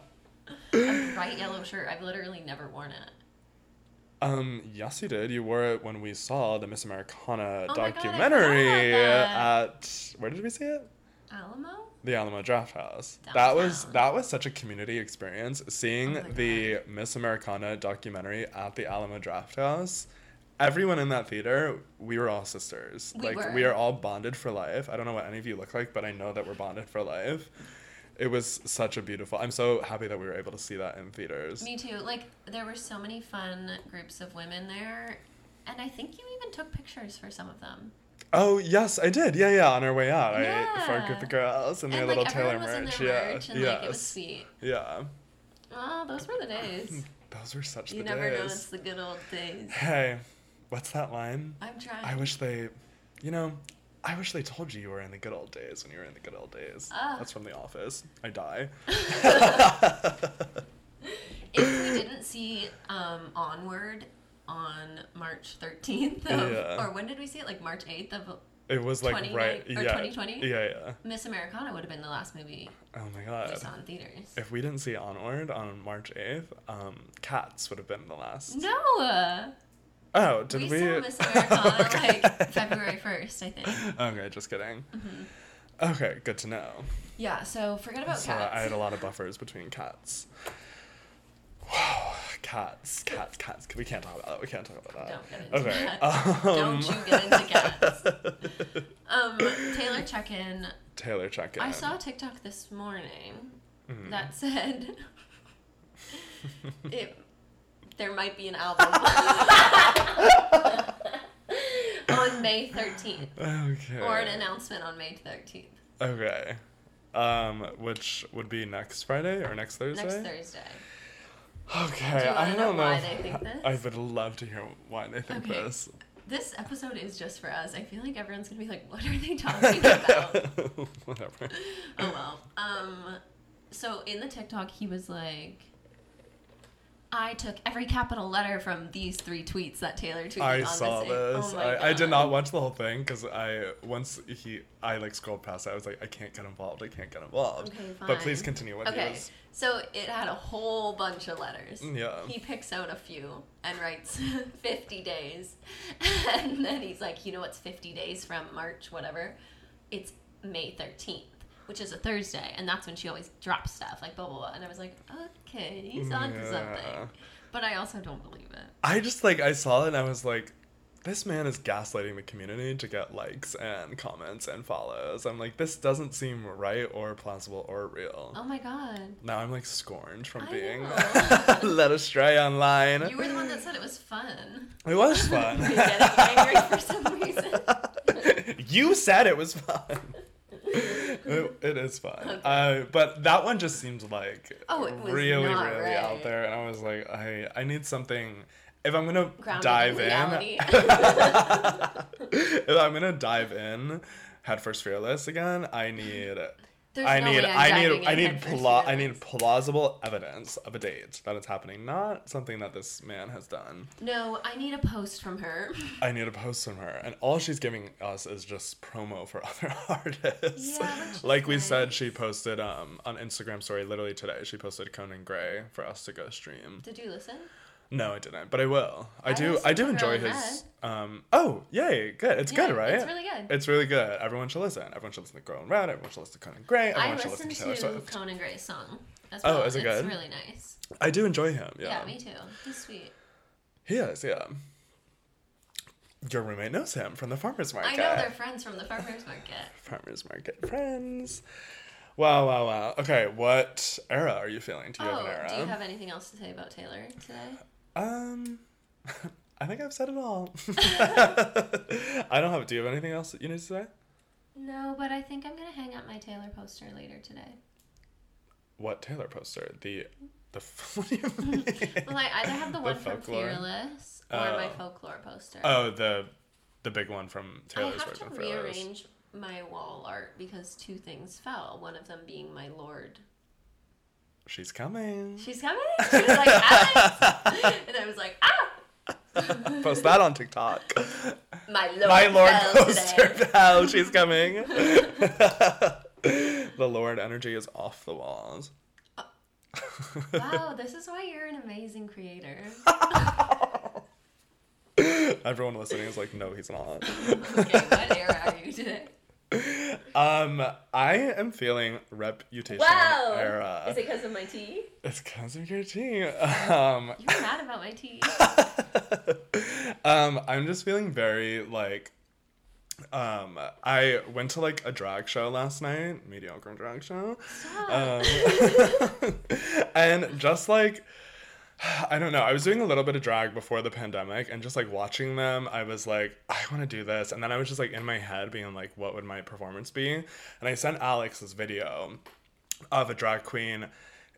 Speaker 1: bright yellow shirt. I've literally never worn it.
Speaker 2: Um, yes, you did. You wore it when we saw the Miss Americana
Speaker 1: Oh my God, I forgot
Speaker 2: documentary
Speaker 1: about
Speaker 2: at, where did we see it?
Speaker 1: Alamo.
Speaker 2: the Alamo Draft House. That
Speaker 1: Downtown.
Speaker 2: was that was such a community experience. Seeing
Speaker 1: Oh my
Speaker 2: the Miss Americana documentary at the Alamo Draft House. Everyone in that theater, we were all sisters.
Speaker 1: We
Speaker 2: like
Speaker 1: were.
Speaker 2: we are all bonded for life. I don't know what any of you look like, but I know that we're bonded for life. It was such a beautiful. I'm so happy that we were able to see that in theaters.
Speaker 1: Me too. Like there were so many fun groups of women there, and I think you even took pictures for some of them.
Speaker 2: Oh yes, I did. Yeah, yeah. On our way out, I for a
Speaker 1: Yeah.
Speaker 2: group of girls and their
Speaker 1: and
Speaker 2: little
Speaker 1: like
Speaker 2: Taylor
Speaker 1: everyone was
Speaker 2: merch.
Speaker 1: in their
Speaker 2: yeah,
Speaker 1: merch, and
Speaker 2: yes.
Speaker 1: like it was sweet.
Speaker 2: yeah.
Speaker 1: Oh, those were the days.
Speaker 2: Those were such
Speaker 1: You
Speaker 2: the
Speaker 1: never
Speaker 2: days.
Speaker 1: know. It's the good old days.
Speaker 2: Hey, what's that line?
Speaker 1: I'm trying.
Speaker 2: I wish they, you know, I wish they told you you were in the good old days when you were in the good old days.
Speaker 1: Ah.
Speaker 2: That's from The Office. I die.
Speaker 1: if we didn't see um, Onward on March 13th, of,
Speaker 2: Yeah.
Speaker 1: or when did we see it? Like March 8th of
Speaker 2: It was like
Speaker 1: 20
Speaker 2: right,
Speaker 1: or
Speaker 2: yeah,
Speaker 1: 2020?
Speaker 2: yeah, yeah.
Speaker 1: Miss Americana would have been the last movie
Speaker 2: Oh my
Speaker 1: we
Speaker 2: god.
Speaker 1: saw in theaters.
Speaker 2: If we didn't see Onward on March eighth, um, Cats would have been the last.
Speaker 1: No,
Speaker 2: Oh, did
Speaker 1: we,
Speaker 2: we?
Speaker 1: saw Miss Americana
Speaker 2: Okay.
Speaker 1: like February 1st, I think.
Speaker 2: Okay, just kidding. Okay, good to know.
Speaker 1: Yeah, so forget Mm-hmm. about
Speaker 2: So
Speaker 1: cats.
Speaker 2: I had a lot of buffers between cats. Wow, cats, cats, cats. We can't talk about that. We can't talk about that.
Speaker 1: Don't get into
Speaker 2: Okay.
Speaker 1: that.
Speaker 2: Um,
Speaker 1: Don't you get into cats. um, Taylor check-in.
Speaker 2: Taylor check in.
Speaker 1: I saw a TikTok this morning
Speaker 2: Mm-hmm.
Speaker 1: that said it, there might be an album on May 13th
Speaker 2: Okay.
Speaker 1: or an announcement on May 13th
Speaker 2: Okay. Um, which would be next Friday or next Thursday?
Speaker 1: next Thursday.
Speaker 2: Okay,
Speaker 1: Do you
Speaker 2: I
Speaker 1: wanna
Speaker 2: don't
Speaker 1: know
Speaker 2: know.
Speaker 1: why
Speaker 2: if-
Speaker 1: they think this?
Speaker 2: I would love to hear why they think
Speaker 1: Okay.
Speaker 2: this.
Speaker 1: This episode is just for us. I feel like everyone's going to be like, what are they talking about?
Speaker 2: Whatever.
Speaker 1: oh well. Um, so in the TikTok, he was like, "I took every capital letter from these three tweets that Taylor tweeted."
Speaker 2: I
Speaker 1: on
Speaker 2: saw
Speaker 1: this.
Speaker 2: this.
Speaker 1: Oh my
Speaker 2: I, I did
Speaker 1: God.
Speaker 2: not watch the whole thing because I once he I like scrolled past. It, I was like, I can't get involved. I can't get involved.
Speaker 1: Okay,
Speaker 2: But please
Speaker 1: fine.
Speaker 2: continue with
Speaker 1: Okay,
Speaker 2: yours.
Speaker 1: so it had a whole bunch of letters.
Speaker 2: Yeah.
Speaker 1: He picks out a few and writes 50 days. And then he's like, you know what's 50 days from March, whatever? It's May 13th, which is a Thursday. And that's when she always drops stuff, like blah, blah, blah. And I was like, okay, he's onto
Speaker 2: Yeah.
Speaker 1: something. But I also don't believe it.
Speaker 2: I just like I saw it and I was like, this man is gaslighting the community to get likes and comments and follows. I'm like, this doesn't seem right or plausible or real.
Speaker 1: Oh my god.
Speaker 2: Now I'm like scorned from
Speaker 1: I
Speaker 2: being
Speaker 1: know.
Speaker 2: led astray online.
Speaker 1: You were the one that said it was fun.
Speaker 2: it was fun.
Speaker 1: You're getting angry for some reason.
Speaker 2: you said it was fun. It- it is fun. Uh, but that one just seemed like
Speaker 1: Oh, it was
Speaker 2: really,
Speaker 1: not
Speaker 2: really
Speaker 1: right.
Speaker 2: out there. And I was like, I, I need something. If I'm going to
Speaker 1: Grounded
Speaker 2: dive
Speaker 1: in reality.
Speaker 2: in, if I'm going to dive in headfirst fearless again, I need
Speaker 1: There's
Speaker 2: I
Speaker 1: no
Speaker 2: need,
Speaker 1: way I'm
Speaker 2: I
Speaker 1: diving
Speaker 2: need,
Speaker 1: in
Speaker 2: I need,
Speaker 1: headfirst
Speaker 2: pla-
Speaker 1: into
Speaker 2: I
Speaker 1: this.
Speaker 2: need plausible evidence of a date that it's happening, not something that this man has done.
Speaker 1: No, I need a post from her.
Speaker 2: I need a post from her, and all she's giving us is just promo for other artists.
Speaker 1: Yeah, which is
Speaker 2: like we said,
Speaker 1: nice.
Speaker 2: she posted um on Instagram story literally today. She posted Conan Gray for us to go stream.
Speaker 1: Did you listen?
Speaker 2: No, I didn't, but I will. I,
Speaker 1: I
Speaker 2: do.
Speaker 1: listened
Speaker 2: I do
Speaker 1: to
Speaker 2: enjoy
Speaker 1: Girl in
Speaker 2: his. Um. Oh, yay! Good. It's
Speaker 1: Yeah,
Speaker 2: good, right?
Speaker 1: It's really good.
Speaker 2: It's really good. Everyone should listen. Everyone should listen to Girl in Red. Everyone should listen to Conan Gray.
Speaker 1: I
Speaker 2: Everyone should listen
Speaker 1: listened
Speaker 2: to Taylor
Speaker 1: to
Speaker 2: Swift.
Speaker 1: Conan Gray's song as
Speaker 2: Oh,
Speaker 1: well.
Speaker 2: is it good?
Speaker 1: It's really nice.
Speaker 2: I do enjoy him.
Speaker 1: Yeah.
Speaker 2: Yeah.
Speaker 1: me too. He's sweet.
Speaker 2: he is. Yeah. Your roommate knows him from the farmers market.
Speaker 1: I know they're friends from the farmers market.
Speaker 2: farmers market friends. Wow, wow, wow. Okay, what era are you feeling? Do you have
Speaker 1: oh,
Speaker 2: an era?
Speaker 1: do you have anything else to say about Taylor today?
Speaker 2: um, I think I've said it all. I don't have. Do you have anything else that you need to say?
Speaker 1: No, but I think I'm gonna hang up my Taylor poster later today.
Speaker 2: What Taylor poster? The, the. f- What do you mean?
Speaker 1: Well, I either have the
Speaker 2: The
Speaker 1: one from
Speaker 2: folklore?
Speaker 1: Fearless or my
Speaker 2: Oh.
Speaker 1: folklore poster.
Speaker 2: oh, the, the big one from
Speaker 1: I
Speaker 2: Taylor's
Speaker 1: have to
Speaker 2: version. Fearless.
Speaker 1: rearrange my wall art because two things fell. One of them being my lord.
Speaker 2: She's coming.
Speaker 1: She's coming. She was like, Alex, and I was like, ah,
Speaker 2: Post that on TikTok.
Speaker 1: my lord.
Speaker 2: My Lord
Speaker 1: fell
Speaker 2: poster
Speaker 1: today.
Speaker 2: pal. She's coming. the Lord energy is off the walls.
Speaker 1: Wow, this is why you're an amazing creator.
Speaker 2: Everyone listening is like, no, he's not.
Speaker 1: Okay, what era are you today?
Speaker 2: Um, I am feeling reputation
Speaker 1: Wow.
Speaker 2: era.
Speaker 1: Is it because of my tea?
Speaker 2: it's because of your team. Um,
Speaker 1: You were mad about my tea.
Speaker 2: um, I'm just feeling very like. Um, I went to like a drag show last night, mediocre drag show.
Speaker 1: Stop.
Speaker 2: Um, and just like I don't know, I was doing a little bit of drag before the pandemic and just like watching them, I was like, I want to do this. And then I was just like in my head being like, what would my performance be? And I sent Alex this video of a drag queen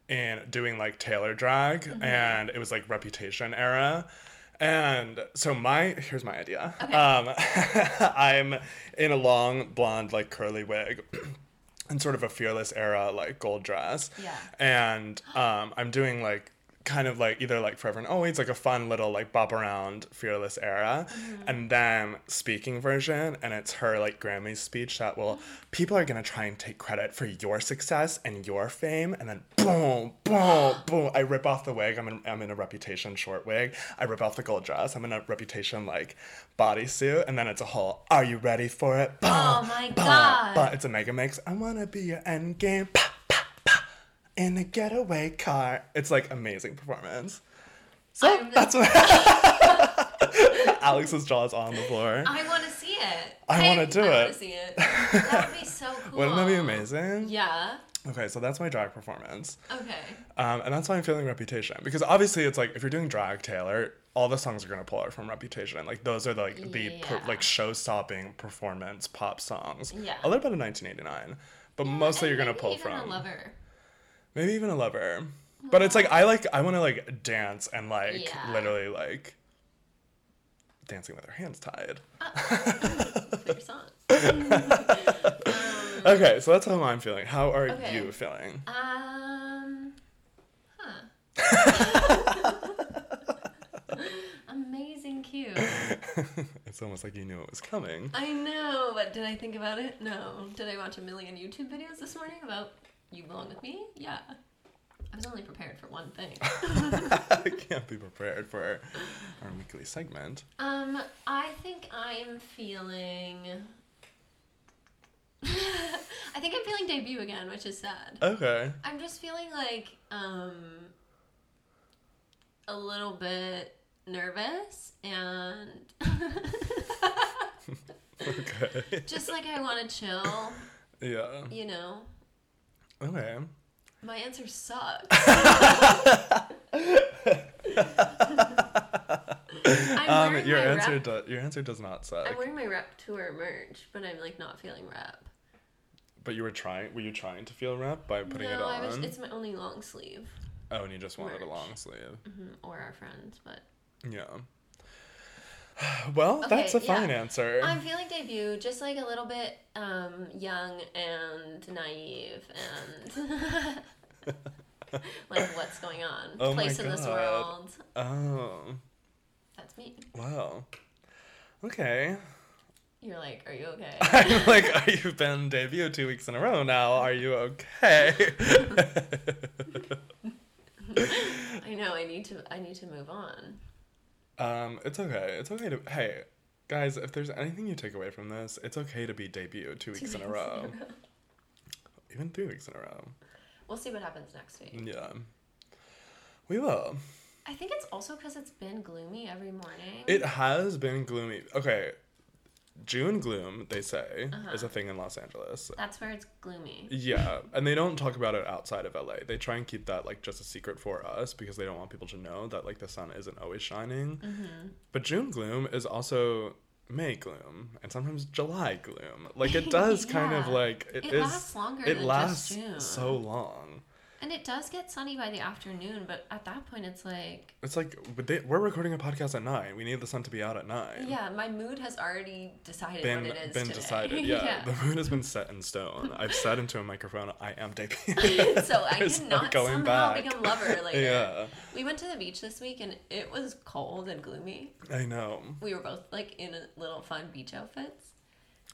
Speaker 2: and doing like Taylor drag and it was like reputation era. And so my here's my idea. Um I'm in a long blonde like curly wig and sort of a fearless era like gold dress.
Speaker 1: Yeah.
Speaker 2: And um I'm doing like kind of like either like forever and always like a fun little like bop around fearless era and then speaking version and it's her like Grammy speech that will people are gonna try and take credit for your success and your fame and then boom boom boom I rip off the wig I'm in, I'm in a reputation short wig I rip off the gold dress I'm in a reputation like bodysuit and then it's a whole are you ready for it boom,
Speaker 1: Oh my
Speaker 2: boom,
Speaker 1: God.
Speaker 2: boom. Uh, it's a mega mix I wanna be your end game pa, pa, pa, in a getaway car it's like amazing performance so
Speaker 1: I'm-
Speaker 2: that's what Alex's jaw's on the floor.
Speaker 1: I want to see it.
Speaker 2: I wanna do
Speaker 1: I want
Speaker 2: it.
Speaker 1: to see it. That would be so cool.
Speaker 2: Wouldn't that be amazing?
Speaker 1: Yeah.
Speaker 2: Okay, so that's my drag performance.
Speaker 1: Okay.
Speaker 2: Um, and that's why I'm feeling Reputation. Because obviously it's like if you're doing drag Taylor, all the songs are gonna pull out from Reputation. Like those are like the per,
Speaker 1: Yeah.
Speaker 2: like show stopping performance pop songs.
Speaker 1: Yeah.
Speaker 2: A little bit of nineteen eighty nine. But mostly you're
Speaker 1: And
Speaker 2: gonna
Speaker 1: maybe
Speaker 2: pull
Speaker 1: even
Speaker 2: from
Speaker 1: A lover.
Speaker 2: maybe even a lover. But it's like I like I wanna like dance and like
Speaker 1: Yeah.
Speaker 2: literally like dancing with her hands tied.
Speaker 1: Clear song.
Speaker 2: Okay, so that's how I'm feeling. How are
Speaker 1: Okay.
Speaker 2: you feeling?
Speaker 1: Um. Huh. Amazing cue.
Speaker 2: It's almost like you knew it was coming.
Speaker 1: I know, but did I think about it? No. Did I watch a million YouTube videos this morning about you belong with me? Yeah. I was only prepared for one thing.
Speaker 2: I can't be prepared for our weekly segment.
Speaker 1: Um, I think I'm feeling. I think I'm feeling debut again, which is sad.
Speaker 2: Okay.
Speaker 1: I'm just feeling like um a little bit nervous and
Speaker 2: Okay.
Speaker 1: just like I want to chill,
Speaker 2: Yeah.
Speaker 1: you know.
Speaker 2: Okay.
Speaker 1: My answer sucks. I'm
Speaker 2: Um,
Speaker 1: wearing
Speaker 2: your
Speaker 1: my
Speaker 2: answer
Speaker 1: rep-
Speaker 2: do- your answer does not suck.
Speaker 1: I'm wearing my rep tour merch, but I'm like not feeling rep.
Speaker 2: But you were trying. Were you trying to feel rep by putting it
Speaker 1: no,
Speaker 2: on?
Speaker 1: I was. It's my only long sleeve. mm,
Speaker 2: oh, and you just wanted a
Speaker 1: merch.
Speaker 2: long sleeve.
Speaker 1: Mhm, Or our friends, but
Speaker 2: Yeah. Well, that's a
Speaker 1: Okay, yeah.
Speaker 2: fine answer.
Speaker 1: I'm feeling debut just like a little bit um, young and naive and like what's going on,
Speaker 2: Oh my
Speaker 1: place in this
Speaker 2: God.
Speaker 1: world.
Speaker 2: Oh,
Speaker 1: That's me.
Speaker 2: wow. Okay.
Speaker 1: You're like, are you okay?
Speaker 2: I'm like, are you been debut two weeks in a row now? Are you okay?
Speaker 1: I know. I need to. I need to move on.
Speaker 2: um, it's okay. It's okay to hey, guys, if there's anything you take away from this, it's okay to be debut two weeks in a row. Even three weeks in a row.
Speaker 1: We'll see what happens next week.
Speaker 2: Yeah. We will.
Speaker 1: I think it's also because it's been gloomy every morning.
Speaker 2: It has been gloomy. Okay. June gloom, they say, is a thing in Los Angeles.
Speaker 1: That's where it's gloomy.
Speaker 2: Yeah, and they don't talk about it outside of LA. They try and keep that like just a secret for us because they don't want people to know that like the sun isn't always shining.
Speaker 1: Mm-hmm.
Speaker 2: But June gloom is also May gloom and sometimes July gloom. Like it does kind of
Speaker 1: Yeah.
Speaker 2: like
Speaker 1: It
Speaker 2: is-
Speaker 1: lasts longer
Speaker 2: It
Speaker 1: than just
Speaker 2: lasts
Speaker 1: June.
Speaker 2: so long.
Speaker 1: And it does get sunny by the afternoon, but at that point, it's like,
Speaker 2: It's like but they, we're recording a podcast at nine. We need the sun to be out at nine.
Speaker 1: yeah, my mood has already decided
Speaker 2: Been,
Speaker 1: what it is.
Speaker 2: been
Speaker 1: today.
Speaker 2: decided. Yeah. the moon has been set in stone. I've said into a microphone, "I am debut."
Speaker 1: so I
Speaker 2: There's
Speaker 1: did
Speaker 2: no
Speaker 1: not
Speaker 2: going
Speaker 1: somehow
Speaker 2: back.
Speaker 1: become lover later.
Speaker 2: yeah,
Speaker 1: We went to the beach this week and it was cold and gloomy.
Speaker 2: I know.
Speaker 1: We were both like in a little fun beach outfits.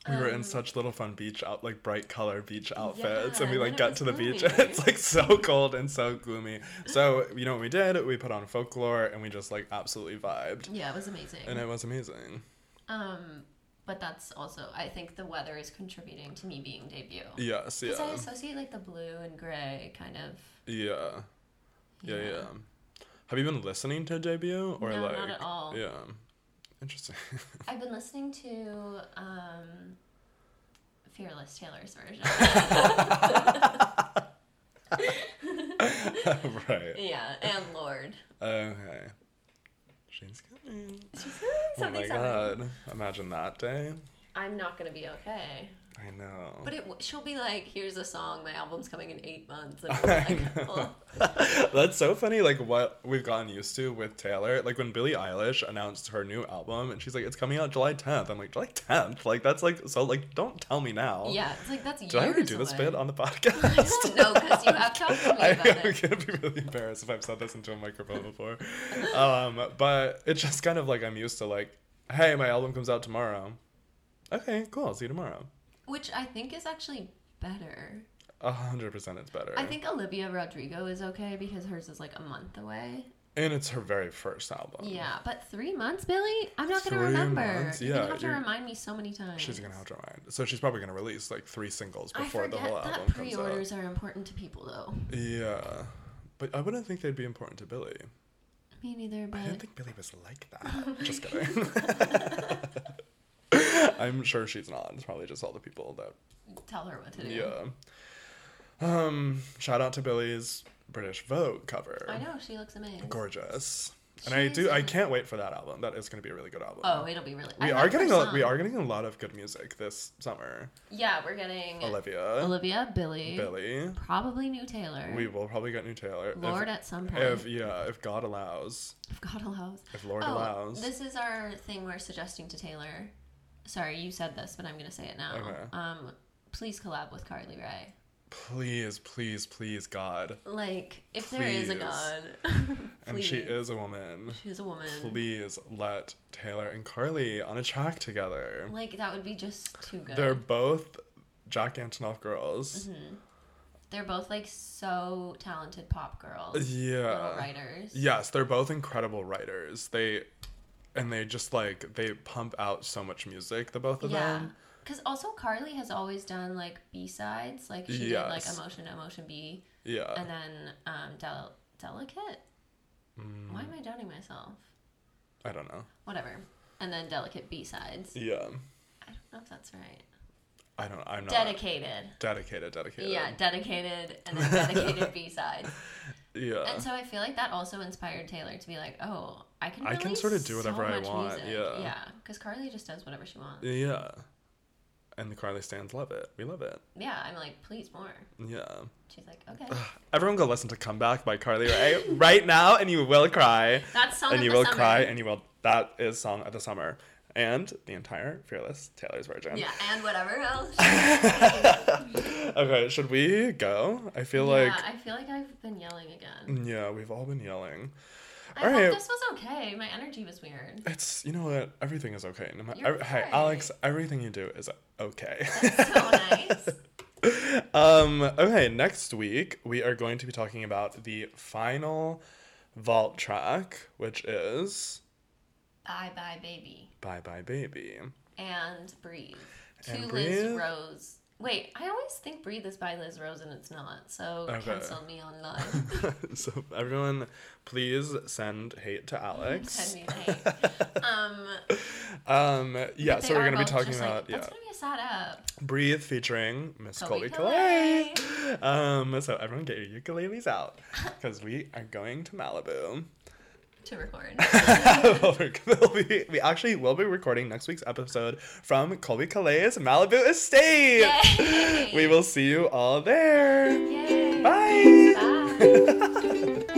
Speaker 2: We were in
Speaker 1: Um,
Speaker 2: such little fun beach out like bright color beach outfits and we
Speaker 1: and
Speaker 2: like
Speaker 1: it
Speaker 2: got
Speaker 1: was
Speaker 2: to the beach
Speaker 1: gloomy.
Speaker 2: and it's like so cold and so gloomy. So you know what we did? We put on folklore and we just like absolutely vibed.
Speaker 1: Yeah, it was amazing.
Speaker 2: And it was amazing.
Speaker 1: Um, but that's also I think the weather is contributing to me being debut.
Speaker 2: Yes, yeah.
Speaker 1: Because I associate like the blue and gray kind of.
Speaker 2: yeah. Yeah,
Speaker 1: Yeah.
Speaker 2: yeah. Have you been listening to debut or
Speaker 1: No,
Speaker 2: like
Speaker 1: not at all.
Speaker 2: Yeah. Interesting.
Speaker 1: I've been listening to um, Fearless Taylor's version.
Speaker 2: right.
Speaker 1: yeah, and Lord.
Speaker 2: Okay. She's coming. Oh my
Speaker 1: eh, Something's happening.
Speaker 2: god. Imagine that day.
Speaker 1: I'm not gonna be okay.
Speaker 2: I know.
Speaker 1: But it w- she'll be like, here's a song. My album's coming in eight months. And we're like, well,
Speaker 2: That's so funny, like what we've gotten used to with Taylor. Like when Billie Eilish announced her new album and she's like, It's coming out July tenth. I'm like, July tenth? Like that's like so like don't tell me now.
Speaker 1: yeah, it's like that's.
Speaker 2: Did I already do this bit on the podcast?
Speaker 1: no, because you have talked to me
Speaker 2: I
Speaker 1: about
Speaker 2: am
Speaker 1: it.
Speaker 2: gonna be really embarrassed if I've said this into a microphone before. um, but it's just kind of like I'm used to like, hey, my album comes out tomorrow. Okay, cool, I'll see you tomorrow.
Speaker 1: Which I think is actually better.
Speaker 2: A hundred percent it's better.
Speaker 1: I think Olivia Rodrigo is okay because hers is like a month away.
Speaker 2: and it's her very first album.
Speaker 1: Yeah, but three months, Billy? I'm not going to
Speaker 2: Three
Speaker 1: remember.
Speaker 2: months,
Speaker 1: you're going
Speaker 2: yeah,
Speaker 1: to have to
Speaker 2: you're-
Speaker 1: remind me so many times.
Speaker 2: She's gonna have to remind. So she's probably gonna release like three singles
Speaker 1: I
Speaker 2: before
Speaker 1: forget
Speaker 2: the whole
Speaker 1: that
Speaker 2: album comes out.
Speaker 1: pre-orders are important to people, though.
Speaker 2: Yeah, but I wouldn't think they'd be important to Billy.
Speaker 1: Me neither, but
Speaker 2: I didn't think Billy was like that. just kidding. I'm sure she's not. It's probably just all the people that.
Speaker 1: tell her what to do.
Speaker 2: Yeah. Um. Shout out to Billy's British Vogue cover.
Speaker 1: I know she looks amazing.
Speaker 2: Gorgeous. And I
Speaker 1: She's
Speaker 2: do. I
Speaker 1: amazing.
Speaker 2: can't wait for that album. That is gonna be a really good album.
Speaker 1: Oh, it'll be really. I
Speaker 2: We
Speaker 1: like
Speaker 2: are
Speaker 1: her
Speaker 2: getting a, we
Speaker 1: song.
Speaker 2: are getting a lot of good music this summer.
Speaker 1: Yeah, we're getting
Speaker 2: Olivia,
Speaker 1: Olivia, Billy,
Speaker 2: Billy,
Speaker 1: probably new Taylor,
Speaker 2: We will probably get new Taylor. If-
Speaker 1: Lord at some point.
Speaker 2: If, yeah, if God allows,
Speaker 1: if God allows.
Speaker 2: if Lord
Speaker 1: oh,
Speaker 2: allows.
Speaker 1: This is our thing we're suggesting to Taylor. Sorry, you said this, but I'm going to say it now.
Speaker 2: Okay.
Speaker 1: Um, please collab with Carly Rae.
Speaker 2: please, please, please, God.
Speaker 1: Like, if there is a
Speaker 2: Please.
Speaker 1: God,
Speaker 2: And she
Speaker 1: Please.
Speaker 2: is a woman.
Speaker 1: she's a woman.
Speaker 2: Please let Taylor and Carly on a track together.
Speaker 1: Like, that would be just too good. Mm-hmm.
Speaker 2: They're
Speaker 1: They're,
Speaker 2: both Jack Antonoff girls.
Speaker 1: both, like, so talented pop girls. Little
Speaker 2: Yeah.
Speaker 1: writers.
Speaker 2: Yes, they're both incredible writers. They and they just like they pump out so much music, the both of
Speaker 1: Yeah.
Speaker 2: them.
Speaker 1: Because also, Carly has always done, like, B-sides. Like, she
Speaker 2: Yes. Uh.
Speaker 1: did, like, Emotion, Emotion B,
Speaker 2: Yeah.
Speaker 1: and then um, Del- Delicate? Why
Speaker 2: Mm.
Speaker 1: am I doubting myself?
Speaker 2: I don't know.
Speaker 1: whatever. And then delicate B sides.
Speaker 2: Yeah.
Speaker 1: I don't know if that's right.
Speaker 2: I don't I'm not
Speaker 1: Dedicated.
Speaker 2: dedicated, dedicated.
Speaker 1: Yeah, dedicated and then dedicated B sides.
Speaker 2: Yeah.
Speaker 1: And so I feel like that also inspired Taylor to be like, oh, I can.
Speaker 2: I can
Speaker 1: release
Speaker 2: sorta do
Speaker 1: so
Speaker 2: whatever I
Speaker 1: much
Speaker 2: want,
Speaker 1: music.
Speaker 2: yeah.
Speaker 1: yeah, because Carly just does whatever she wants.
Speaker 2: Yeah. and the Carly stands love it. We love it.
Speaker 1: Yeah, I'm like, please more.
Speaker 2: Yeah.
Speaker 1: She's like, okay.
Speaker 2: Everyone go listen to Comeback by Carly Rae right now and you will cry.
Speaker 1: That's song
Speaker 2: and
Speaker 1: of
Speaker 2: you
Speaker 1: the
Speaker 2: will
Speaker 1: summer.
Speaker 2: cry and you will that is song of the summer. And the entire Fearless Taylor's version.
Speaker 1: yeah, and whatever else.
Speaker 2: Okay, should we go? I feel
Speaker 1: yeah,
Speaker 2: like Mm,
Speaker 1: I feel like I've been yelling again.
Speaker 2: yeah, we've all been yelling.
Speaker 1: I
Speaker 2: All
Speaker 1: hope
Speaker 2: right.
Speaker 1: this was okay. My energy was weird.
Speaker 2: It's you know what everything is okay. No matter
Speaker 1: You're
Speaker 2: hey
Speaker 1: right.
Speaker 2: Alex, everything you do is okay.
Speaker 1: So nice.
Speaker 2: um okay next week we are going to be talking about the final vault track which is
Speaker 1: Bye bye baby.
Speaker 2: bye bye baby
Speaker 1: And breathe. To
Speaker 2: And
Speaker 1: Liz
Speaker 2: Breathe.
Speaker 1: Rose. Wait, I always think Breathe is by Liz Rose and it's not. So
Speaker 2: Okay.
Speaker 1: cancel me on live.
Speaker 2: so everyone please send hate to
Speaker 1: Send
Speaker 2: alex
Speaker 1: me hate. Um,
Speaker 2: um yeah
Speaker 1: they
Speaker 2: so we're
Speaker 1: are
Speaker 2: gonna be
Speaker 1: both
Speaker 2: talking
Speaker 1: just
Speaker 2: about
Speaker 1: like,
Speaker 2: yeah
Speaker 1: That's gonna be a sad up.
Speaker 2: breathe featuring miss
Speaker 1: Colby
Speaker 2: colby Calais. um so everyone get your ukuleles out because we are going to malibu
Speaker 1: To record.
Speaker 2: We'll rec- we'll be- we actually will be recording next week's episode from Colby Calais' Malibu Estate.
Speaker 1: Yay!
Speaker 2: We will see you all there.
Speaker 1: Yay.
Speaker 2: Bye.
Speaker 1: Bye.